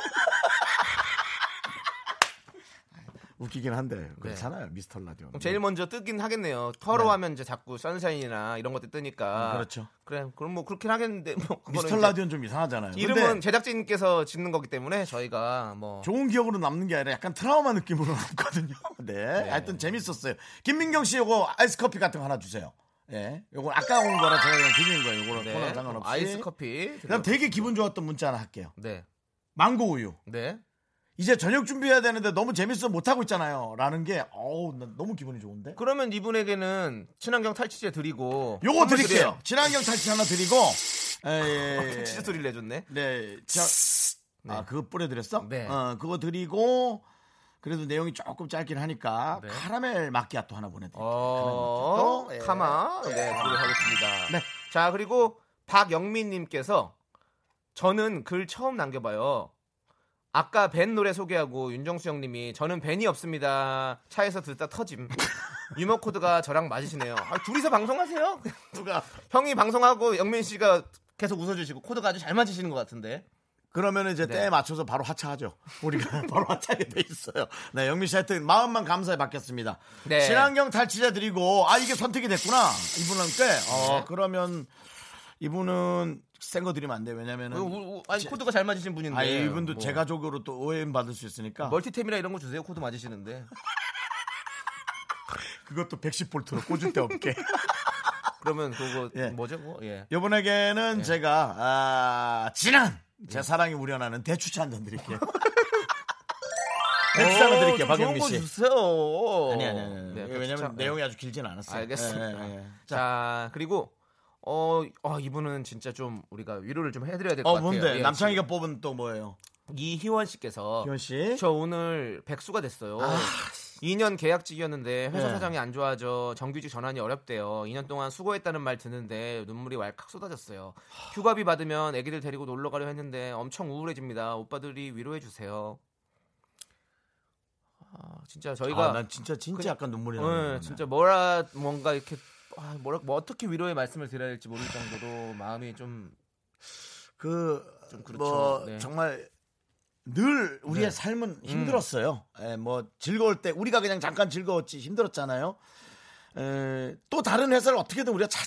웃기긴 한데 그렇잖아요 미스터 라디오. 네. 그럼 제일 먼저 뜨긴 하겠네요. 터로 네. 하면 이제 자꾸 선샤인이나 이런 것들 뜨니까. 음, 그렇죠. 그래, 그럼 뭐 그렇긴 하겠는데 뭐 그거는 미스터 이제 라디오는 좀 이상하잖아요. 이름은 근데 제작진께서 짓는 거기 때문에 저희가 뭐 좋은 기억으로 남는 게 아니라 약간 트라우마 느낌으로 [LAUGHS] 남거든요. 네. 하여튼 재밌었어요. 김민경 씨 요거 아이스 커피 같은 거 하나 주세요. 예. 요거 아까 온 거라 제가 그냥 드리는 거예요. 요거랑 네, 코너 상관없이. 아이스 커피. 그다음 되게 기분 좋았던 문자 하나 할게요. 네, 망고 우유. 네. 이제 저녁 준비해야 되는데 너무 재밌어 못 하고 있잖아요. 라는 게 어우 난 너무 기분이 좋은데. 그러면 이분에게는 친환경 탈취제 드리고 요거 선물 드릴게요. 드려요. 네. 친환경 탈취 하나 드리고. 예, 에, [LAUGHS] 탈취제 소리를 내줬네. 네. 자, 아 그거 뿌려드렸어? 네. 어, 그거 드리고 그래도 내용이 조금 짧긴 하니까 네. 카라멜 마키아토 하나 보내드릴게요. 카라멜 어, 마키아토. 예. 카마. 네, 들어가겠습니다. 네. 자, 그리고 박영민님께서 저는 글 처음 남겨봐요. 아까 벤 노래 소개하고 윤정수 형님이 저는 벤이 없습니다. 차에서 듣다 터짐. 유머 코드가 저랑 맞으시네요. 아, 둘이서 방송하세요? 누가 형이 방송하고 영민 씨가 계속 웃어주시고 코드가 아주 잘 맞으시는 것 같은데. 그러면 이제 네. 때에 맞춰서 바로 하차하죠. 우리가 [LAUGHS] 바로 하차하게 돼 있어요. 네, 영민 씨 하여튼 마음만 감사해 받겠습니다. 네. 친환경 탈취제 드리고 아 이게 선택이 됐구나 이분한테. 어 네. 그러면 이분은 센 거 드리면 안 돼. 요 우- 왜냐면은 우- 우- 음. 아니 코드가 잘 맞으신 분인데. 아 이분도 그 뭐. 제 가족으로 또 오해는 받을 수 있으니까 멀티템이나 이런 거 주세요. 코드 맞으시는데. 그것도 110볼트로 꽂을 데 [LAUGHS] 없게. 그러면 그거 예. 뭐죠? 그거? [LAUGHS] 예. 이분에게는 제가 아, 진한 제 네. 사랑이 우려나는 대추차 한 잔 [LAUGHS] 드릴게요. 네, 대추차 한잔 드릴게요, 박영민 씨. 주세요. 아니 아니 아니. 아니. 왜냐면 그렇죠. 내용이 아주 길진 않았어요. 알겠습니다. 네. 예, 예, 예. 자, 자, 그리고 어, 어, 이분은 진짜 좀 우리가 위로를 좀 해드려야 될 것 어 같아요. 뭔데? 예, 남창이가 뽑은 또 뭐예요? 지금 이희원 씨께서 기현 씨. 저 오늘 백수가 됐어요. 2년 계약직이었는데 회사 아, 네. 사정이 안 좋아져 정규직 전환이 어렵대요. 2년 동안 수고했다는 말 듣는데 눈물이 왈칵 쏟아졌어요. 휴가비 받으면 애기들 데리고 놀러 가려 했는데 엄청 우울해집니다. 오빠들이 위로해 주세요. 아, 진짜 저희가 아, 난 진짜 진짜 그냥- 약간 눈물이 응, 나네. 진짜 뭐라 뭔가 이렇게 아, 뭐라 뭐 어떻게 위로의 말씀을 드려야 될지 모를 정도로 마음이 좀 좀 그뭐 그렇죠. 네. 정말 늘 우리의 네. 삶은 힘들었어요. 예, 뭐 즐거울 때 우리가 그냥 잠깐 즐거웠지 힘들었잖아요. 에, 또 다른 회사를 어떻게든 우리가 찾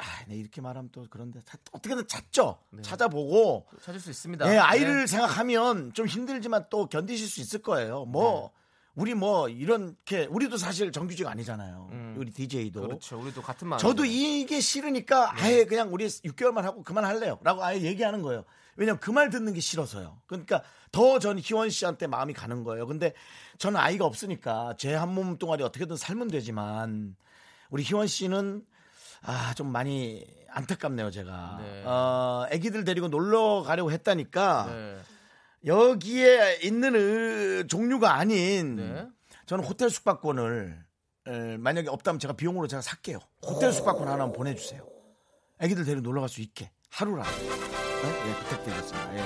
아, 네, 이렇게 말하면 또 그런데 찾- 어떻게든 찾죠. 찾아보고 찾을 수 있습니다. 네, 아이를 네. 생각하면 좀 힘들지만 또 견디실 수 있을 거예요. 뭐 네. 우리 뭐 이렇게 우리도 사실 정규직 아니잖아요. 음. 우리 DJ도 그렇죠. 우리도 같은 마음. 저도 이게 싫으니까 네. 아예 그냥 우리 6개월만 하고 그만할래요. 라고 아예 얘기하는 거예요. 왜냐면 그 말 듣는 게 싫어서요. 그러니까 더 전 희원 씨한테 마음이 가는 거예요. 근데 저는 아이가 없으니까 제 한 몸 동아리 어떻게든 살면 되지만 우리 희원 씨는 아, 좀 많이 안타깝네요, 제가. 네. 어, 애기들 데리고 놀러 가려고 했다니까 네. 여기에 있는 으, 종류가 아닌 네. 저는 호텔 숙박권을 에, 만약에 없다면 제가 비용으로 제가 살게요. 호텔 숙박권 하나 보내주세요. 애기들 데리고 놀러 갈 수 있게 하루라도 네? 예, 부탁드리겠습니다. 예.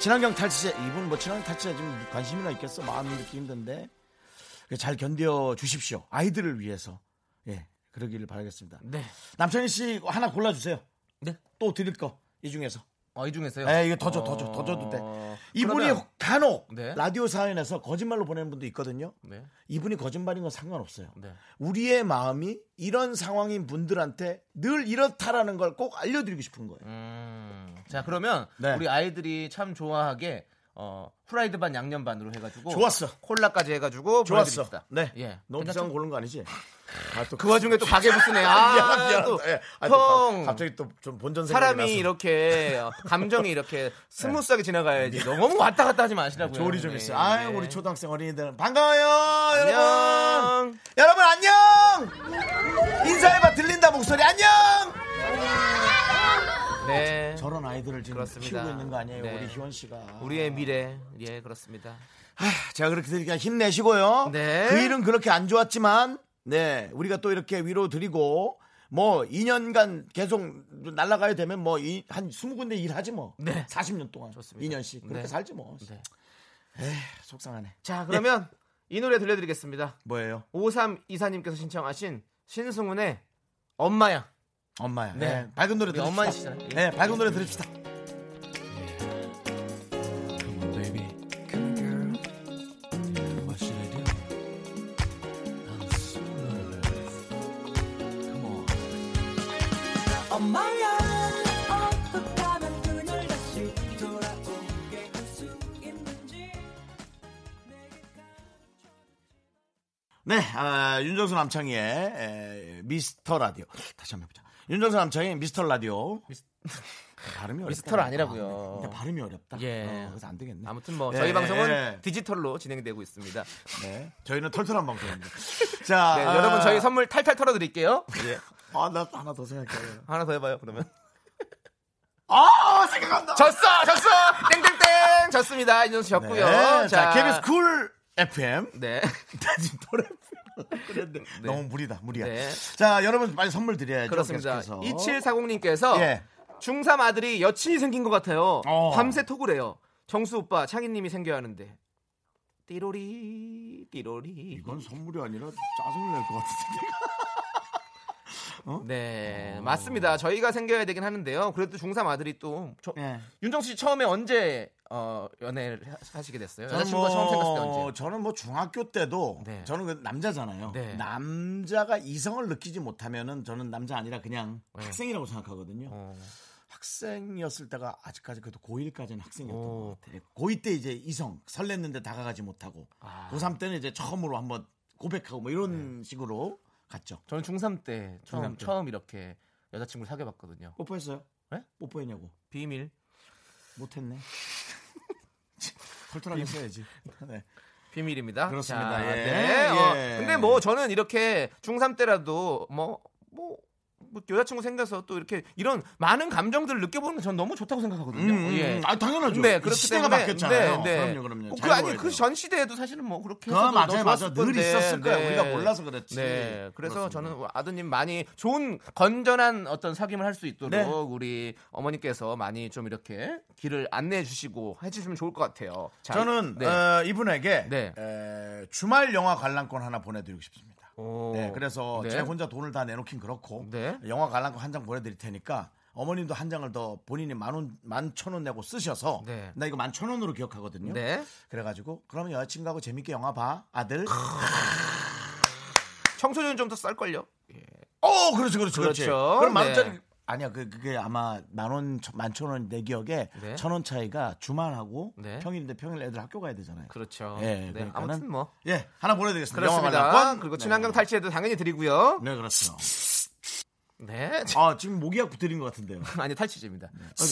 친환경 탈취제 이분 뭐 친환경 탈취제 지금 관심이나 있겠어 마음이 이렇게 힘든데 잘 견뎌 주십시오 아이들을 위해서 예 그러기를 바라겠습니다. 네. 남창희 씨 하나 골라 주세요. 네. 또 드릴 거 이 중에서 어, 이 중에서요. 에 네, 이거 더줘더 줘 더 줘도 돼. 어, 이분이 그러면- 간혹 네. 라디오 사연에서 거짓말로 보내는 분도 있거든요. 네. 이분이 거짓말인 건 상관없어요. 네. 우리의 마음이 이런 상황인 분들한테 늘 이렇다라는 걸 꼭 알려드리고 싶은 거예요. 음. 자, 그러면 네. 우리 아이들이 참 좋아하게 어, 후라이드 반 양념 반으로 해 가지고 좋았어. 콜라까지 해 가지고 좋았어. 보내드립니다. 네. 예. 너무 괜찮죠? 비싼 거 고른 거 아니지? 아, 또 그 와중에 또 가게 [LAUGHS] 부스네. 미안하다, 아, 미안하다. 또 예. 아, 또 형. 갑- 갑자기 또 좀 본전 생각이 사람이 나서. 네. 이렇게 어, 감정이 [LAUGHS] 이렇게 스무스하게 지나가야지. 너무 왔다 갔다 하지 마시라고요. 조리 아, 좀 네. 있어요. 아유, 네. 우리 초등학생 어린이들은 반가워요, 여러분! 안녕. 여러분 안녕! 인사해봐 들린다 목소리 안녕! 네. 저런 아이들을 지금 그렇습니다. 키우고 있는 거 아니에요, 네. 우리 희원 씨가. 아, 우리의 미래. 예, 그렇습니다. 제가 그렇게 드리니까 힘내시고요. 네. 그 일은 그렇게 안 좋았지만, 네. 우리가 또 이렇게 위로 드리고, 뭐, 2년간 계속 날아가야 되면 뭐, 이, 한 20군데 일하지 뭐. 네. 40년 동안. 좋습니다. 2년씩. 그렇게 네. 살지 뭐. 네. 에휴, 속상하네. 자, 그러면 이 노래 들려드리겠습니다. 뭐예요? 5324님께서 신청하신 신승훈의 엄마야. 엄마야. 네. 네. 밝은 노래 우리 들읍시다. 엄마이시잖아요. 네, 밝은 노래 들읍시다. 엄마야 어떻게 하면 눈을 다시 돌아오게 할 수 있는지 네, 아, 윤정수 남창희의 에, 미스터 라디오. 다시 한번 해보자. 윤정수 남창희의 미스터 라디오. 아, 발음이 어렵다. 네. 미스터라 아니라고요. 근데 발음이 어렵다. 예. 어, 그래서 안 되겠네. 아무튼 뭐 예, 저희 방송은 예. 디지털로 진행되고 있습니다. 네, 저희는 털털한 [LAUGHS] 방송입니다. 자, 네, 아, 여러분 저희 선물 탈탈 털어드릴게요. 아, 나 하나 더 생각해요. 하나 더 해봐요 [LAUGHS] 그러면. 아, 생각한다. 졌어 졌어 땡땡땡 졌습니다 이정수 졌고요. 네, 자, KBS 쿨 FM. [LAUGHS] 네. 노래 그런데 너무 무리다 무리야. 네. 자 여러분 빨리 선물 드려야죠. 그렇습니다. 계속해서. 2740님께서 예. 중3 아들이 여친이 생긴 것 같아요. 어. 밤새 톡을 해요. 정수 오빠 창희님이 생겨야 하는데. 띠로리 띠로리. 이건 선물이 아니라 짜증을 낼 것 같은데. 네 맞습니다. 저희가 생겨야 되긴 하는데요. 그래도 중3 아들이 또 저- 예. 윤정수 씨 처음에 언제 어, 연애를 하- 하시게 됐어요? 네. 여자친구가 처음 생겼을 때 언제? 뭐 저는 뭐 중학교 때도 네. 저는 그 남자잖아요. 네. 남자가 이성을 느끼지 못하면은 저는 남자 아니라 그냥 네. 학생이라고 생각하거든요. 어. 학생이었을 때가 아직까지 그래도 고1까지는 학생이었던 오. 것 같아요. 고2 때 이제 이성 설렜는데 다가가지 못하고 아. 네. 고3 때는 이제 처음으로 한번 고백하고 뭐 이런 식으로 갔죠. 저는 중3 때 처음 중3 때. 처음 이렇게 여자친구를 사귀어 봤거든요. 뽀뽀했어요? 네? 뽀뽀했냐고. 비밀. [LAUGHS] 못했네. 털털하게 써야지. 음, 네. 비밀입니다. 그렇습니다. 자, 예. 네. 어, 예. 근데 뭐 저는 이렇게 중3 때라도 뭐, 뭐, 뭐 여자친구 생겨서 또 이렇게 이런 많은 감정들을 느껴보는 건 전 너무 좋다고 생각하거든요. 음, 예. 아 당연하죠. 네, 이 그렇기 시대가 때문에, 바뀌었잖아요. 네, 네. 그럼요, 그럼요. 어, 잘 그 아니 먹어야 그 돼요. 전 시대에도 사실은 뭐 그렇게 그거 해서 너무 맞아요, 좋았을 맞아요. 늘 건데. 있었을 거야. 우리가 몰라서 그랬지. 네, 그래서 그렇습니다. 저는 아드님 많이 좋은 건전한 어떤 사귐을 할 수 있도록 네. 우리 어머니께서 많이 좀 이렇게 길을 안내해 주시고 해주시면 좋을 것 같아요. 자, 저는 네. 어, 이분에게 네. 에, 주말 영화 관람권 하나 보내드리고 싶습니다. 오. 네, 그래서 네. 제가 혼자 돈을 다 내놓긴 그렇고 네. 영화 관람권 한 장 보내드릴 테니까 어머님도 한 장을 더 본인이 만원 만천 원 내고 쓰셔서 네. 나 이거 만천 원으로 기억하거든요. 네. 그래가지고 그러면 여자친구하고 재밌게 영화 봐 아들. 청소년 좀 더 쌀 걸요. 어, 그렇지, 그렇지, 그렇지. 그렇죠. 그럼 만 네. 원짜리 아니야, 그, 그게 아마 만 원, 만천 원 내 기억에 네. 천 원 차이가 주말하고 네. 평일인데 평일 애들 학교 가야 되잖아요. 그렇죠. 예, 네, 그러니까는- 아무튼 뭐 예, 하나 보내드리겠습니다. 영화 그렇습니다. 관람권. 그리고 네. 친환경 탈취에도 당연히 드리고요. 네, 그렇죠. 네. [LAUGHS] 아, 지금 모기약 붙들린 것 같은데요. 아니 탈취제입니다. 오케이.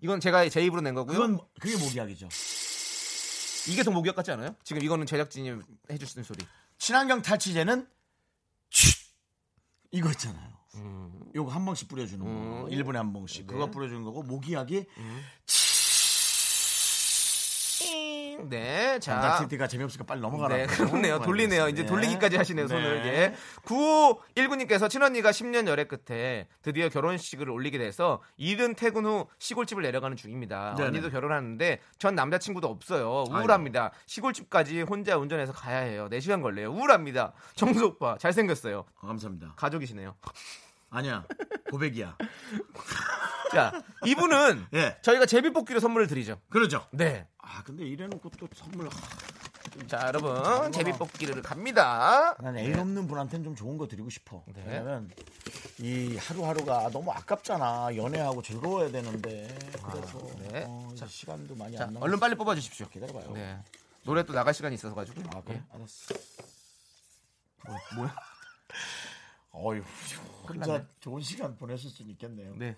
이건 제가 제 입으로 낸 거고요. 그건 그게 모기약이죠. 이게 더 목욕 같지 않아요? 지금 이거는 제작진이 해주시는 소리. 친환경 탈취제는 쉿! 이거 있잖아요. 음. 요거 한 번씩 뿌려주는 거. 1분에 한 번씩. 그거 뿌려주는 거고 모기약이 아. 네, 담당 자. PD가 재미없으니까 빨리 넘어가라. 네, 그렇네요. 돌리네요. 이제 돌리기까지 하시네요, 손을. 네. 예. 9519님께서 친언니가 10년 열애 끝에 드디어 결혼식을 올리게 돼서 일은 퇴근 후 시골집을 내려가는 중입니다. 네네. 언니도 결혼하는데 전 남자친구도 없어요. 우울합니다. 시골집까지 혼자 운전해서 가야 해요. 4시간 걸려요. 우울합니다. 정수 오빠, 잘생겼어요. 어, 감사합니다. 가족이시네요. 아니야. 고백이야. 자, 이분은 [LAUGHS] 예. 저희가 제비뽑기로 선물을 드리죠. 그러죠. 네. 아 근데 이래놓고 또 선물 자, 여러분, 어. 제비뽑기를 갑니다. 난 애인 없는 분한테는 좀 좋은 거 드리고 싶어 네. 왜냐면 이 하루하루가 너무 아깝잖아 연애하고 즐거워야 되는데 그래서 네. 어, 이제 시간도 많이 자, 안 남았어 얼른 빨리 뽑아 주십시오. 기다려봐요 네. 노래 또 나갈 시간이 있어서 가지고. 아 그래? 알았어 뭐, 야 어휴 혼자 좋은 시간 보내실 수는 있겠네요 네.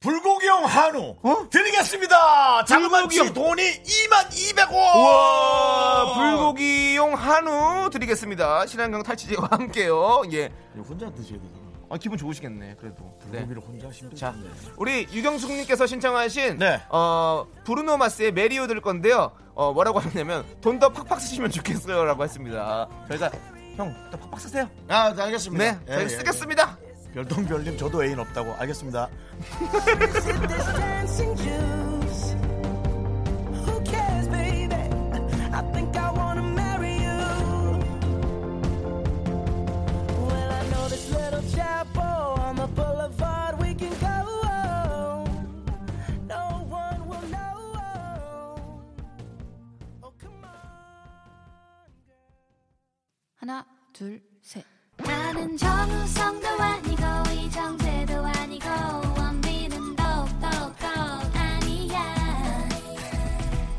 불고기용 한우 어? 드리겠습니다 장만치 돈이 2만 200원 우와, 불고기용 한우 드리겠습니다. 신한경 탈취제와 함께요. 예. 이거 혼자 드셔야 되잖아 아, 기분 좋으시겠네, 그래도. 네. 고기를 혼자 힘들겠네 우리 유경숙님께서 신청하신 네. 어 브루노 마스의 메리오 들 건데요. 어 뭐라고 하냐면 돈 더 팍팍 쓰시면 좋겠어요라고 했습니다. 저희가 형 더 팍팍 쓰세요. 아, 네, 알겠습니다. 네, 예, 저희 예, 쓰겠습니다. 예. 별똥별님, 저도 애인 없다고. 알겠습니다. Sip this dancing juice. Who cares, baby? I think I wanna marry you. Well, I know this little chapel on the boulevard. 하나, 둘, 셋. 나는 정우성도 아니고 이정재도 아니고 원빈은 더욱더 아니야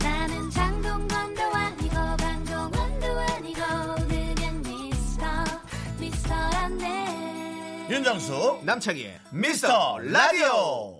나는 장동건도 아니고 방종원도 아니고 그냥 미스터 미스터란데 윤정수 남창희의 미스터 라디오.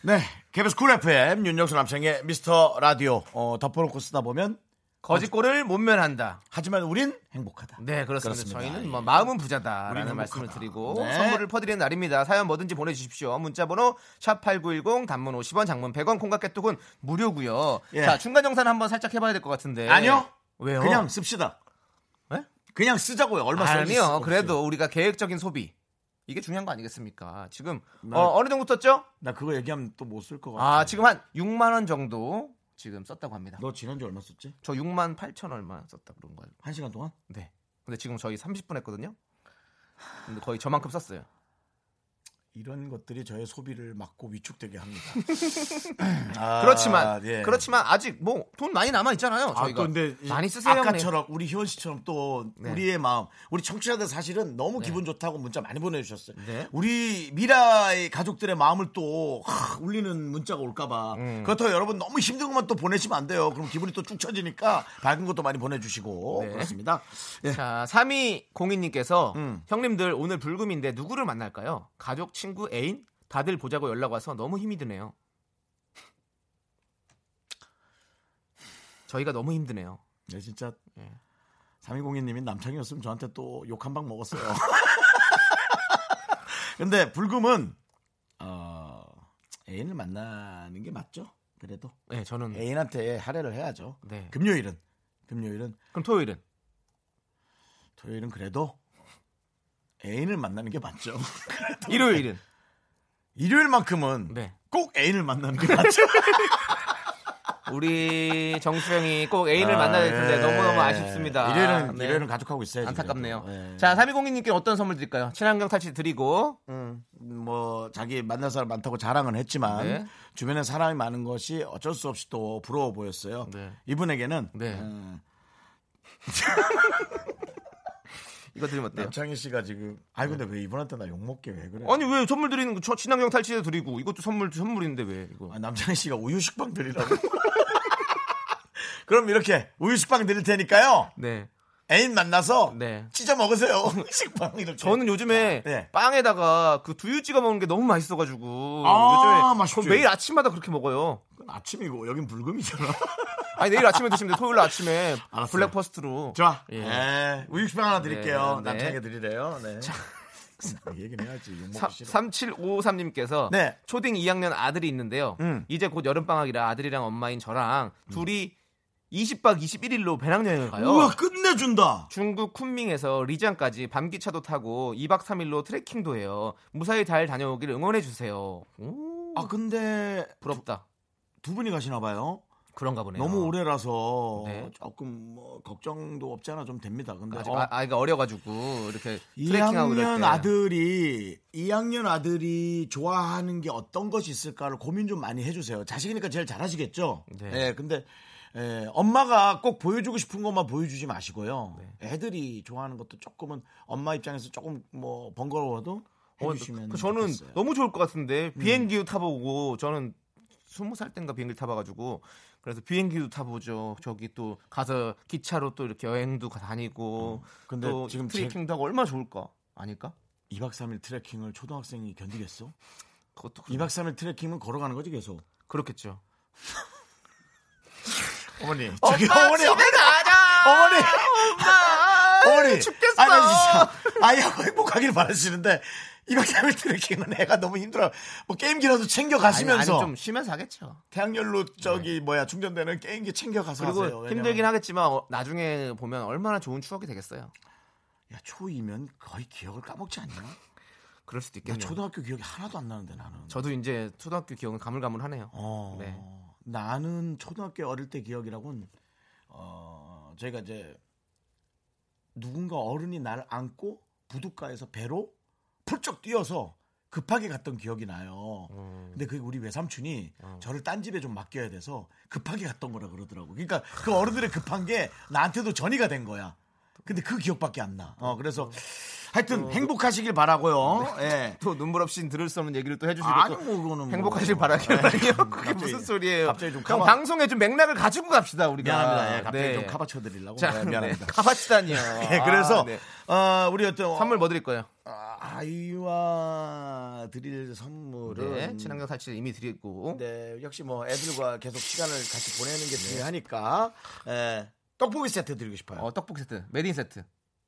네, KBS 쿨 FM 윤정수 남창의 미스터 라디오 어, 덮어놓고 쓰다 보면 거짓골을 못 면한다. 하지만 우린 행복하다. 네 그렇습니다. 그렇습니다. 저희는 예. 뭐 마음은 부자다라는 우리는 말씀을 행복하다. 드리고 네. 선물을 퍼드리는 날입니다. 사연 뭐든지 보내주십시오. 문자번호 샵 #8910 단문 50원, 장문 100원, 콩깍개톡은 무료고요. 예. 자 중간 정산 한번 살짝 해봐야 될 것 같은데. 아니요. 네. 왜요? 그냥 씁시다. 네? 그냥 쓰자고요. 얼마 써야 아니요. 그래도 우리가 계획적인 소비 이게 중요한 거 아니겠습니까? 지금 네. 어, 어느 정도 떴죠? 나 그거 얘기하면 또 못 쓸 것 같아. 아 지금 한 6만 원 정도 지금 썼다고 합니다. 너 지난주 얼마 썼지? 저 6만 8천 얼마 썼다 그런 거예요. 한 시간 동안? 네. 근데 지금 저희 30분 했거든요. 근데 거의 저만큼 썼어요. 이런 것들이 저의 소비를 막고 위축되게 합니다. [LAUGHS] 그렇지만 아, 예. 그렇지만 아직 뭐 돈 많이 남아 있잖아요. 아, 저희가 또 근데 이- 많이 쓰세요. 뭐. 형님. 아까처럼 우리 희원 씨처럼 또 네. 우리의 마음, 우리 청취자들 사실은 너무 기분 좋다고 문자 많이 보내주셨어요. 네. 우리 미라의 가족들의 마음을 또 하, 울리는 문자가 올까봐 음. 그렇다고 여러분 너무 힘든 것만 또 보내시면 안 돼요. 그럼 기분이 또 축 처지니까 밝은 것도 많이 보내주시고 네. 그렇습니다. 예. 자, 3위 공인님께서 음. 형님들 오늘 불금인데 누구를 만날까요? 가족, 친구, 애인 다들 보자고 연락 와서 너무 힘이 드네요. [LAUGHS] 저희가 너무 힘드네요. 네, 진짜 3202님이 남창이었으면 저한테 또 욕 한 방 먹었어요. [LAUGHS] 근데 불금은 어, 애인을 만나는 게 맞죠? 그래도 네, 저는 애인한테 할애를 해야죠. 네. 금요일은 금요일은 그럼 토요일은 토요일은 그래도 애인을 만나는 게 맞죠. [LAUGHS] 그래도 일요일은 일요일만큼은 네. 꼭 애인을 만나는 게 맞죠. 우리 정수영이 꼭 [LAUGHS] 애인을 아, 만나야 될 텐데 예. 너무너무 아쉽습니다. 일요일은 네. 일요일은 가족하고 있어야죠. 안타깝네요. 그래도. 예. 자, 3202님께 어떤 선물 드릴까요? 친환경 탈취 드리고 음, 뭐 자기 만난 사람 많다고 자랑은 했지만 네. 주변에 사람이 많은 것이 어쩔 수 없이 또 부러워 보였어요. 네. 이분에게는 네. 음, 이거 드리면 어때요? 남창희 씨가 지금 아이 근데 왜 이분한테 나 욕 먹게 왜 그래? 네. 아니 왜 선물 드리는 거? 저 친환경 탈취제 드리고 이것도 선물 선물인데 왜 이거? 아, 남창희 씨가 우유 식빵 드리라고. [LAUGHS] 그럼 이렇게 우유 식빵 드릴 테니까요. 네. 애인 만나서 네. 찢어 먹으세요. [LAUGHS] 식빵 이렇게. 저는 요즘에 네. 빵에다가 그 두유 찍어 먹는 게 너무 맛있어가지고 아, 요즘에 맛있지. 저 매일 아침마다 그렇게 먹어요. 그건 아침이고 여긴 [LAUGHS] 불금이잖아. 아니 내일 아침에 드시면 돼. 토요일 날 아침에 알았어요. 블랙퍼스트로. 좋아. 예. 예, 우유 식빵 하나 드릴게요. 네, 네. 남창희 드리래요. 네. 이 얘기는 해야지. 욕 먹기 싫어. 3753님께서 네. 초딩 2학년 아들이 있는데요. 음. 이제 곧 여름방학이라 아들이랑 엄마인 저랑 둘이 20박 21일로 배낭여행을 가요. 우와 끝내준다. 중국 쿤밍에서 리장까지 밤기차도 타고 2박 3일로 트레킹도 해요. 무사히 잘 다녀오길 응원해 주세요. 오, 아 근데 부럽다. 두 분이 가시나 봐요. 그런가 보네요. 너무 오래라서 네. 조금 뭐 걱정도 없지 않아 좀 됩니다. 근데 아직 어, 아, 아이가 어려가지고 이렇게 트레킹하고 이럴 2학년 때. 아들이 2학년 아들이 좋아하는 게 어떤 것이 있을까를 고민 좀 많이 해주세요. 자식이니까 제일 잘하시겠죠. 네. 네. 근데 예, 엄마가 꼭 보여주고 싶은 것만 보여주지 마시고요. 네. 애들이 좋아하는 것도 조금은 엄마 입장에서 조금 뭐 번거로워도 어, 해주시면 그 저는 좋겠어요. 음. 너무 좋을 것 같은데 비행기도 타보고 저는 스무 살 땐가 비행기 를 타봐가지고 그래서 비행기도 타보죠. 저기 또 가서 기차로 또 이렇게 여행도 가- 어, 다니고 근데 또 지금 제- 트레킹도 하고 얼마나 좋을까? 아닐까? 2박 3일 트레킹을 초등학생이 견디겠어? 그것도 그렇- 2박 3일 트레킹은 걸어가는 거지 계속. 그렇겠죠. 어머니. 저기 어머니. 어머니. 가자. 어머니. 어머니. 아, 죽겠어. 아니, 진짜. 아이하고 행복하길 바라시는데 2박 [LAUGHS] 3일 트레킹은 애가 너무 힘들어. 뭐 게임기라도 챙겨 가시면서 아니, 아니, 좀 쉬면서 하겠죠. 태양열로 저기 뭐야 충전되는 게임기 챙겨 가서 그리고 하세요. 왜냐면- 힘들긴 하겠지만 어, 나중에 보면 얼마나 좋은 추억이 되겠어요. 야, 초이면 거의 기억을 까먹지 않냐? 그럴 수도 나 있겠네요. 초등학교 기억이 하나도 안 나는데 나는. 저도 이제 초등학교 기억은 가물가물하네요. 어, 네. 나는 초등학교 어릴 때 기억이라곤 어, 저희가 이제 누군가 어른이 나를 안고 부둣가에서 배로 펄쩍 뛰어서 급하게 갔던 기억이 나요. 음. 근데 그 우리 외삼촌이 어. 저를 딴 집에 좀 맡겨야 돼서 급하게 갔던 거라 그러더라고. 그러니까 그 어른들의 급한 게 나한테도 전이가 된 거야. 근데 그 기억밖에 안 나. 어, 음. 그래서 하여튼 행복하시길 바라고요. 예. 또 눈물 없이 들을 수 없는 얘기를 또 해주시고 아니, 또 뭐, 그거는 뭐. 행복하실 바라기라니요 [LAUGHS] 그게 갑자기, 무슨 소리예요? 갑자기 좀 그럼 가만- 방송에 좀 맥락을 가지고 갑시다 우리가. 미안합니다. 예, 갑자기 네. 좀 카바쳐드리려고. 자, 예, 미안합니다. 네. 카바치다니요. 예, 그래서 아, [LAUGHS] 네. 어, 우리 어떤 선물 뭐 드릴까요? 아, 아이와 드릴 선물은 네, 친환경 탈취 이미 드렸고. 네, 역시 뭐 애들과 계속 시간을 같이 보내는 네. 게 중요하니까 예, 떡볶이 세트 드리고 싶어요. 어, 떡볶이 세트, 메인 세트,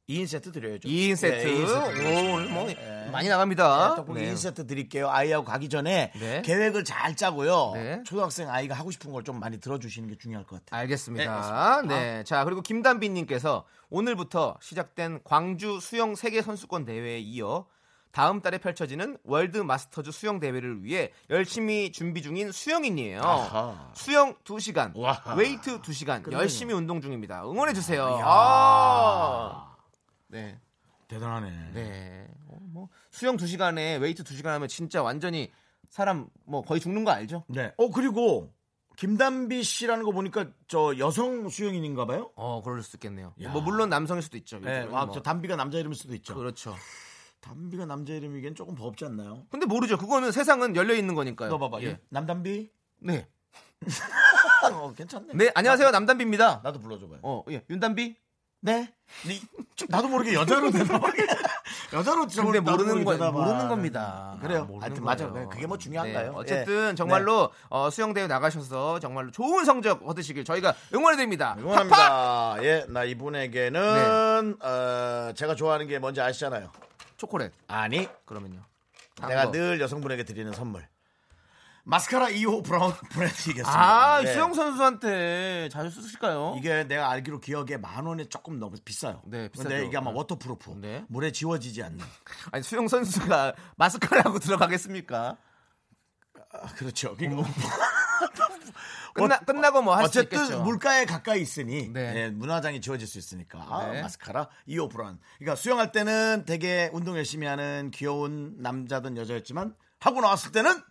2인 세트 드려야죠. 2인 세트. 네, 2인 세트 드리고 오, 싶어요. 오늘 뭐 예. 많이 나갑니다. 네, 떡볶이 네. 2인 세트 드릴게요. 아이하고 가기 전에 네. 계획을 잘 짜고요. 네. 초등학생 아이가 하고 싶은 걸 좀 많이 들어주시는 게 중요할 것 같아요. 알겠습니다. 네, 아. 자, 그리고 김단비님께서 오늘부터 시작된 광주 수영 세계선수권 대회에 이어 다음 달에 펼쳐지는 월드 마스터즈 수영 대회를 위해 열심히 준비 중인 수영인이에요. 아하. 수영 2시간, 와하. 웨이트 2시간, 끝내네. 열심히 운동 중입니다. 응원해주세요. 아. 네. 대단하네. 네. 어, 뭐 수영 2시간에 웨이트 2시간 하면 진짜 완전히 사람 뭐 거의 죽는 거 알죠? 네. 어 그리고 김단비 씨라는 거 보니까 저 여성 수영인인가봐요. 어, 그럴 수 있겠네요. 야. 뭐 물론 남성일 수도 있죠. 네, 요즘은 아, 뭐. 저 단비가 남자 이름일 수도 있죠. 그렇죠. 담비가 남자 이름이기엔 조금 버겁지 않나요? 근데 모르죠. 그거는 세상은 열려 있는 거니까요. 너 봐봐. 예. 남담비? 네. 어, 괜찮네. 네, 안녕하세요. 남단비입니다. 나도 불러줘봐요. 어, 예. 윤단비? 네? 니- 좀 나도 모르게 여자로 [LAUGHS] 대답하게. 여자로 좀 근데 나도 모르게 모르는 거 대답하- 모르는 겁니다. 음, 그래요. 아, 모르는 하여튼 맞아요. 거예요. 그게 뭐 중요한가요? 네, 예. 어쨌든 네. 정말로 어, 수영대회 나가셔서 정말로 좋은 성적 얻으시길 저희가 응원해드립니다. 팍팍! 네. 네. 응원합니다. 예, 나 이분에게는 어, 제가 좋아하는 게 뭔지 아시잖아요. 초콜릿. 아니, 그러면요. 내가 거. 늘 여성분에게 드리는 선물. 마스카라 2호 브라운 [LAUGHS] 브랜드이겠습니다. 아, 네. 수영 선수한테 자주 쓰실까요? 이게 내가 알기로 기억에 만 원에 조금 넘어 비싸요. 네, 비싸죠. 근데 이게 아마 네. 워터프루프. 네. 물에 지워지지 않는. 아니, 수영 선수가 [LAUGHS] 마스카라하고 들어가겠습니까? 아, 그렇죠. 그러니까 끝나, 끝나고 뭐 할 수 어, 어쨌든 있겠죠. 물가에 가까이 있으니 네. 예, 문화장이 지워질 수 있으니까 아, 네. 마스카라 이오 브라운. 그러니까 수영할 때는 되게 운동 열심히 하는 귀여운 남자든 여자였지만 하고 나왔을 때는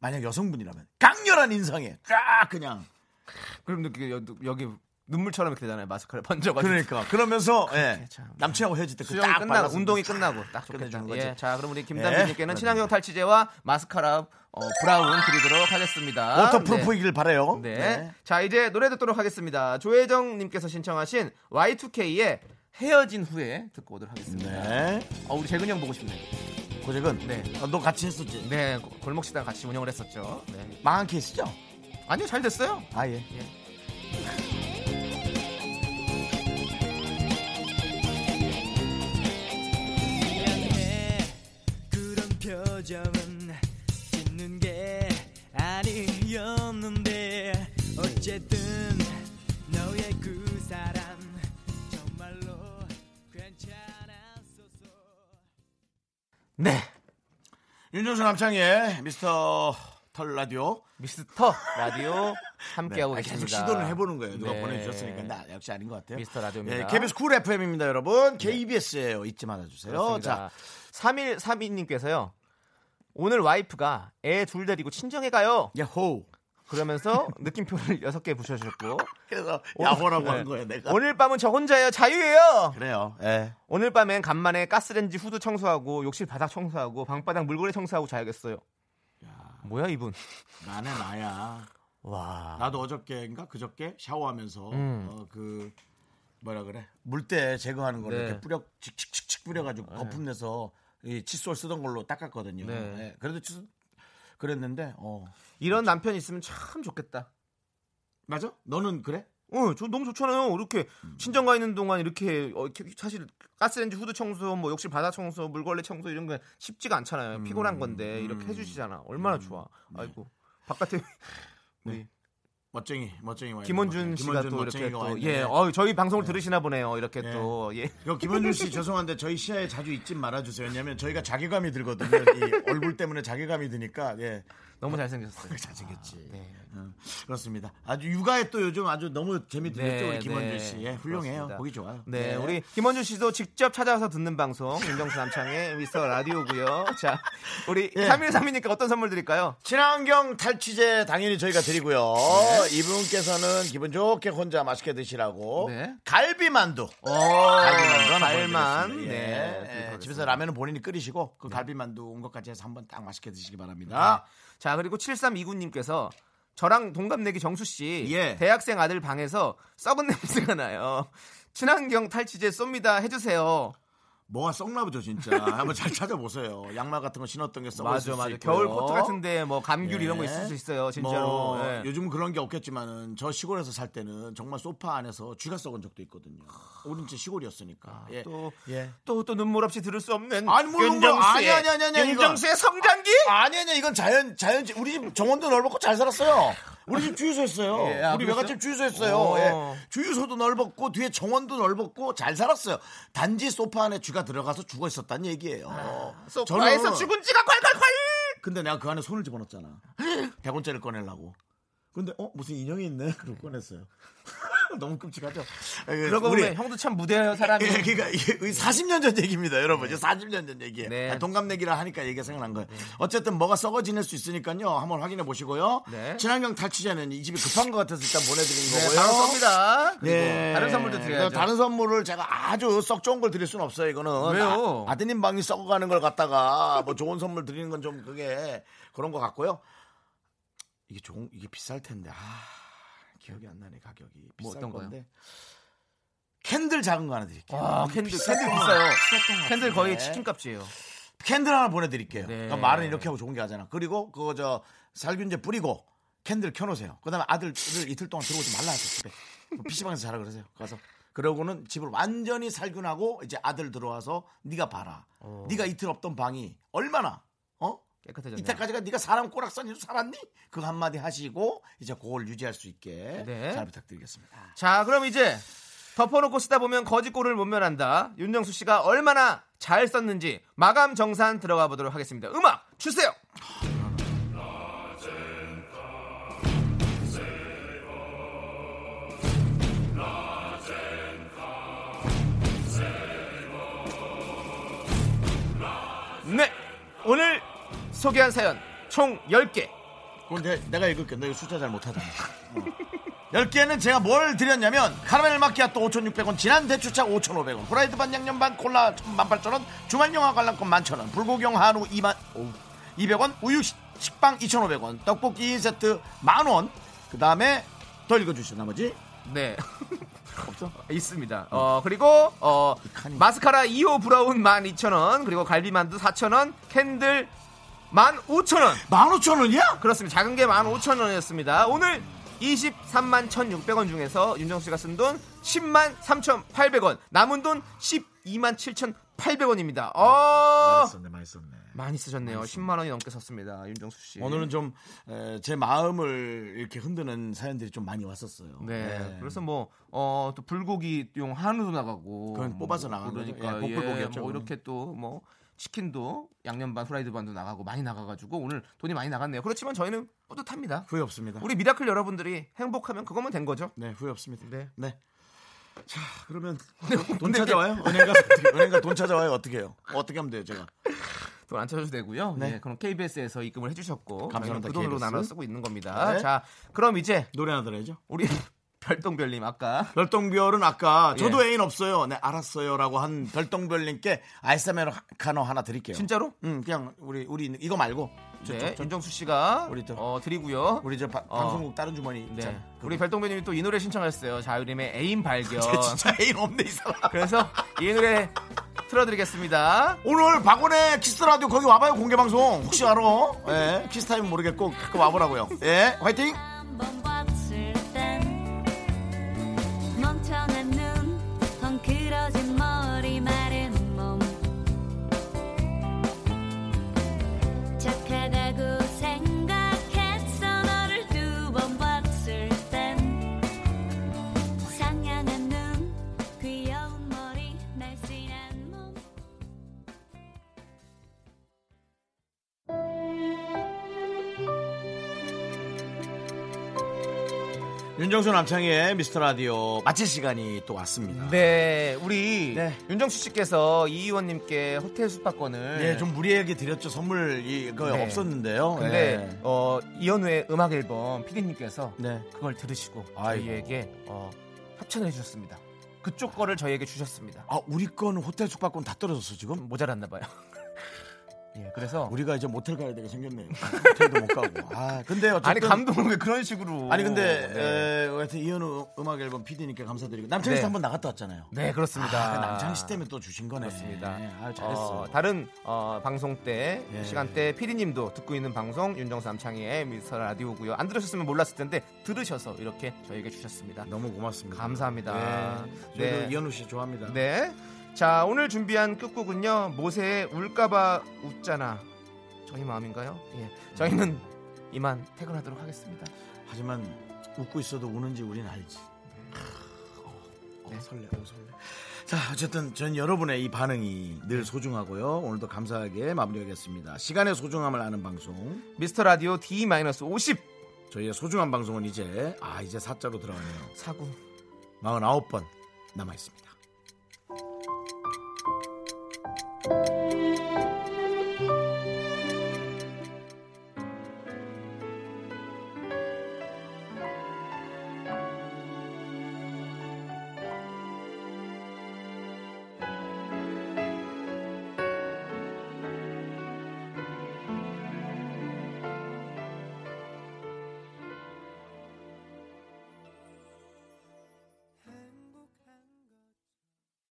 만약 여성분이라면 강렬한 인상에 쫙 그냥 그럼 이렇게 여- 여기 눈물처럼 이렇게 되잖아요. 마스카라 [LAUGHS] 번져가지고. 그러니까 그러면서 예, 참. 남친하고 헤어질 수영 때그딱 끝나고 운동이 끝나고 딱 좋겠다. 끝내주는 거지. 예, 자 그럼 우리 예. 김단비님께는 친환경 탈취제와 마스카라 어, 브라운 드리도록 하겠습니다. 네. 워터프루프이길 바래요. 네. 자 이제 노래 듣도록 하겠습니다. 조혜정님께서 신청하신 Y2K의 헤어진 후에 듣고 오도록 하겠습니다. 네. 어, 우리 재근이 형 보고 싶네요. 고잭은 네. 아, 너 같이 했었지? 네, 고- 골목 식당 같이 운영을 했었죠. 네. 망한 케이스죠? 아니요, 잘 됐어요. 아 예. 미안해 그런 표정은 짓는 게 아니었는데 어쨌든 너의 그 사람 정말로 괜찮았었어 네, 윤정수 남창의 미스터 털 라디오 네. 미스터 라디오 함께하고 아, 계십니다. 계속 시도를 해보는 거예요. 누가 네. 보내주셨으니까 나 역시 아닌 것 같아요. 미스터 라디오입니다. 네. 네, KBS 쿨 FM입니다, 여러분. KBS예요. 잊지 말아주세요. 그렇습니다. 3132님께서요. 오늘 와이프가 애 둘 데리고 친정에 가요. 자, 야호. 그러면서 [LAUGHS] 느낌표를 6개 부셔주셨고 그래서 야호라고 네. 한 거예요, 내가. 오늘 밤은 저 혼자예요. 자유예요. 그래요. 예. 오늘 밤엔 간만에 가스레인지 후드 청소하고 욕실 바닥 청소하고 방바닥 물고래 청소하고 자야겠어요. 뭐야 이분. 나는 나야. 와. 나도 어저께인가 그저께 샤워하면서 아. 음. 어, 그 뭐라 그래 물때 제거하는 걸로 네. 이렇게 뿌려 칙칙칙칙 뿌려가지고 거품 내서 이 칫솔 쓰던 걸로 닦았거든요. 네. 예, 그래도 칫- 그랬는데 어 이런 남편 있으면 참 좋겠다. 맞아? 너는 그래? 어, 저 너무 좋잖아요. 이렇게 음. 친정 가 있는 동안 이렇게, 어, 이렇게 사실 가스레인지 후드 청소, 뭐 욕실 바닥 청소, 물걸레 청소 이런 거 쉽지가 않잖아요. 음. 피곤한 건데 이렇게 해주시잖아. 얼마나 좋아. 네. 아이고 바깥에 우리 멋쟁이 멋쟁이 와인 김원준 먹었네. 씨가 김원준 또 이렇게 멋쟁이가 와있네. 또예 어, 저희 방송을 들으시나 보네요. 이렇게 네. 또 예. 이거 김원준 씨 죄송한데 저희 시야에 자주 있진 말아주세요. 왜냐하면 저희가 자괴감이 들거든요. 이 얼굴 때문에 자괴감이 드니까 예. [LAUGHS] 너무 잘생겼어요. 잘생겼지. 네. 음, 그렇습니다. 아주 육아에 또 요즘 아주 너무 재미 들렸죠 네, 우리 김원준 네. 씨. 예, 훌륭해요. 그렇습니다. 보기 좋아요. 네, 우리 김원준 씨도 직접 찾아와서 듣는 방송 윤정수 남창의 미스터 라디오고요. 자, 우리 예. 3132니까 어떤 선물 드릴까요? 친환경 탈취제 당연히 저희가 드리고요. 이분께서는 기분 좋게 혼자 맛있게 드시라고 네. 어, 갈비만두. 갈비만두 하나 갈만. 보내드리겠습니다. 네. 예, 예, 드리도록 집에서 하겠습니다. 네. 라면은 본인이 끓이시고 그 갈비만두 온 것까지 해서 한번 딱 맛있게 드시기 바랍니다. 자, 그리고 7329님께서 저랑 동갑내기 정수 씨 예. 대학생 아들 방에서 썩은 [LAUGHS] 냄새가 나요. 친환경 탈취제 쏩니다. 해주세요. 뭐가 썩나 보죠 진짜. 한번 잘 [LAUGHS] 찾아보세요. 양말 같은 거 신었던 게 썩을 맞아, 수도 맞아. 있고요. 겨울 코트 같은데 뭐 감귤 예. 이런 거 있을 수 있어요. 진짜로. 뭐, 예. 요즘은 그런 게 없겠지만은 저 시골에서 살 때는 정말 소파 안에서 쥐가 썩은 적도 있거든요. 우린 진짜 시골이었으니까. 예. 아, 또, 예. 또, 또 눈물 없이 들을 수 없는 아니, 뭐 눈물- 윤정수의- 아니, 아니, 아니, 아니, 윤정수의 성장기? 아니 아니 이건 자연 자연 우리 집 정원도 넓었고 잘 살았어요. 우리 집 주유소였어요. 예, 아, 우리 그랬어요? 외갓집 주유소였어요. 오. 예. 주유소도 넓었고 뒤에 정원도 넓었고 잘 살았어요. 단지 소파 안에 쥐가 들어가서 죽어 있었다는 얘기예요. 아, 소파에서 죽은 지가 콸콸콸! 근데 내가 그 안에 손을 집어넣었잖아. 100원짜리 꺼내려고. 근데 어 무슨 인형이 있네. 그러고 꺼냈어요. [LAUGHS] 너무 끔찍하죠. 예, 그러고 우리- 보면 형도 참 무대예요 사람이. 예, 그러니까 이게 40년 전 얘기입니다, 여러분. 이제 40년 전 얘기예요. 네. 아, 동갑내기라 하니까 얘기가 생각난 거예요. 어쨌든 뭐가 썩어지낼 수 있으니까요. 한번 확인해 보시고요. 네. 친환경 탈취제는 이 집이 급한 것 같아서 일단 보내드린 네, 거고요. 바로 쏩니다. 그리고 네. 예. 다른 선물도 드려야죠. 다른 선물을 제가 아주 썩 좋은 걸 드릴 수는 없어요. 이거는 왜요? 아, 드님 방이 썩어가는 걸 갖다가 뭐 좋은 선물 드리는 건 좀 그게 그런 것 같고요. 이게 좋은 이게 비쌀 텐데 아 기억이 안 나네 가격이 비쌀 뭐 어떤 거요? 건데 캔들 작은 거 하나 드릴게요. 아, 네. 캔들 비쌀 캔들 것 비싸요. 같았던 것 캔들 거의 같은데. 치킨 값이에요. 캔들 하나 보내드릴게요. 네. 그러니까 말은 이렇게 하고 좋은 게 하잖아. 그리고 그거 저 살균제 뿌리고 캔들 켜놓으세요. 그다음에 아들을 이틀 동안 들어오지 말라 하세요. 집에. 뭐 PC방에서 자라 그러세요. 가서 그러고는 집을 완전히 살균하고 이제 아들 들어와서 네가 봐라. 어. 네가 이틀 없던 방이 얼마나 어 깨끗해졌네요. 이때까지가 네가 사람 꼬락산이로 살았니? 그 한마디 하시고 이제 그걸 유지할 수 있게 네. 잘 부탁드리겠습니다. 자, 그럼 이제 덮어놓고 쓰다 보면 거지꼴을 못 면한다. 윤정수 씨가 얼마나 잘 썼는지 마감 정산 들어가 보도록 하겠습니다. 음악 주세요. 네, 네, 오늘 소개한 사연 총 10개. 그건 내, 내가 읽을게. 너 이거 숫자 잘 못하잖아. 10개는 제가 뭘 드렸냐면 카라멜 마키아토 5,600원, 진한 대추차 5,500원, 프라이드 반 양념 반 콜라 18,000원, 주말 영화 관람권 11,000원, 불고기용 한우 2만 200원, 우유 식- 식빵 2,500원, 떡볶이 세트 만원, 그 다음에 더 읽어주시죠 나머지 네. [LAUGHS] 없어? 있습니다. 어, 그리고 어, 이 칸이. 마스카라 2호 브라운 12,000원, 그리고 갈비만두 4,000원, 캔들 15,000원. 15,000원이야? 그렇습니다. 작은 게 15,000원이었습니다. 오늘 23만 1,600원 중에서 윤정 씨가 쓴 돈 10만 3,800원, 남은 돈 12만 7,800원입니다. 어! 많이 썼네 많이 쓰셨네요. 10만 원이 넘게 썼습니다. 윤정수 씨. 예. 오늘은 좀 제 마음을 이렇게 흔드는 사연들이 좀 많이 왔었어요 예. 네. 그래서 뭐, 어, 또 불고기용 한우도 나가고. 그건 뽑아서 나가는 거죠. 그러니까. 예, 볶불고기였죠, 뭐 그건. 이렇게 또 뭐, 치킨도 양념 반, 프라이드 반도 나가고 많이 나가가지고 오늘 돈이 많이 나갔네요. 그렇지만 저희는 뿌듯합니다. 후회 없습니다 우리 미라클 여러분들이 행복하면 그것만 된 거죠. 네, 후회 없습니다. 네. 자, 그러면 돈 근데 찾아와요? 은행 가서 어떻게, 은행 가돈 찾아와요? 어떻게 해요? 어떻게 하면 돼요, 제가? 돈 안 찾아도 되고요. 네. 네. 그럼 KBS에서 입금을 해주셨고. 감사합니다, 저희는 그 돈으로 KBS. 나눠 쓰고 있는 겁니다. 네. 자, 그럼 이제 노래 하나 들어야죠. 우리 [LAUGHS] 별똥별님 아까 그렇죠. 별똥별은 아까 저도 예. 애인 없어요. 네, 알았어요라고 한 별똥별님께 아이스 아메리카노 하나 드릴게요. 진짜로? 음, 그냥 우리 우리 이거 말고 저, 네, 저, 저, 윤정수 씨가 우리 또- 어, 드리고요. 우리 저 바- 어. 방송국 다른 주머니. 네. 자, 우리 어. 그거. 뭐, 별똥배님이 또 이 노래 신청하셨어요. 자유림의 애인 발견. 진짜 [LAUGHS] 애인 없네 이 사람. 그래서 이 노래 틀어드리겠습니다. 오늘 박원의 키스 라디오 거기 와봐요 공개 방송 혹시 알아? 예, 키스 타임 모르겠고 그 와보라고요. 예, 화이팅. 한번 봤을 땐 멍청한 눈 헝클어진 머리 마른 몸 착하다고 생각했어 너를 두 번 봤을 땐 상냥한 눈 귀여운 머리 날씬한 몸 윤정수 남창희의 미스터 라디오 마칠 시간이 또 왔습니다. 네, 우리 네. 윤정수 씨께서 이 의원님께 호텔 숙박권을 예, 좀 무리하게 드렸죠. 선물이 거 네. 없었는데요. 근데 예. 어, 이현우의 음악 앨범 피디님께서 네. 그걸 들으시고 아이고. 저희에게 어, 협찬을 해주셨습니다. 그쪽 거를 저희에게 주셨습니다. 아, 우리 거는 호텔 숙박권 다 떨어졌어, 지금? 좀 모자랐나 봐요. [LAUGHS] 예, 그래서 우리가 이제 모텔 가야 되게 [LAUGHS] 생겼네요. 호텔도 못 가고. 아, 근데 어쨌든 아니 감독은 왜 그런 식으로? 아니 근데 네, 에, 하여튼 이현우 음악 앨범 PD님께 감사드리고 남창희 씨 네. 한 번 나갔다 왔잖아요. 네, 그렇습니다. 아, 남창희 씨 때문에 또 주신 거네. 그렇습니다. 네, 아, 잘했어. 어, 다른 어, 방송 때 예. 시간 때 피디님도 듣고 있는 방송 윤정수 남창희의 미스터 라디오고요. 안 들으셨으면 몰랐을 텐데 들으셔서 이렇게 저에게 주셨습니다. 너무 고맙습니다. 감사합니다. 네. 네. 저도 이현우 씨 좋아합니다. 네. 자 오늘 준비한 끝곡은요 모세의 울까봐 웃잖아 저희 마음인가요? 예. 저희는 이만 퇴근하도록 하겠습니다. 하지만 웃고 있어도 우는지 우린 알지. 네. 어, 설레, 어, 설레. 자, 어쨌든 전 여러분의 이 반응이 네. 늘 소중하고요. 오늘도 감사하게 마무리하겠습니다. 시간의 소중함을 아는 방송. 미스터 라디오 D-50 저희의 소중한 방송은 이제 아 이제 사자로 들어가네요. 사구 49번 남아 있습니다.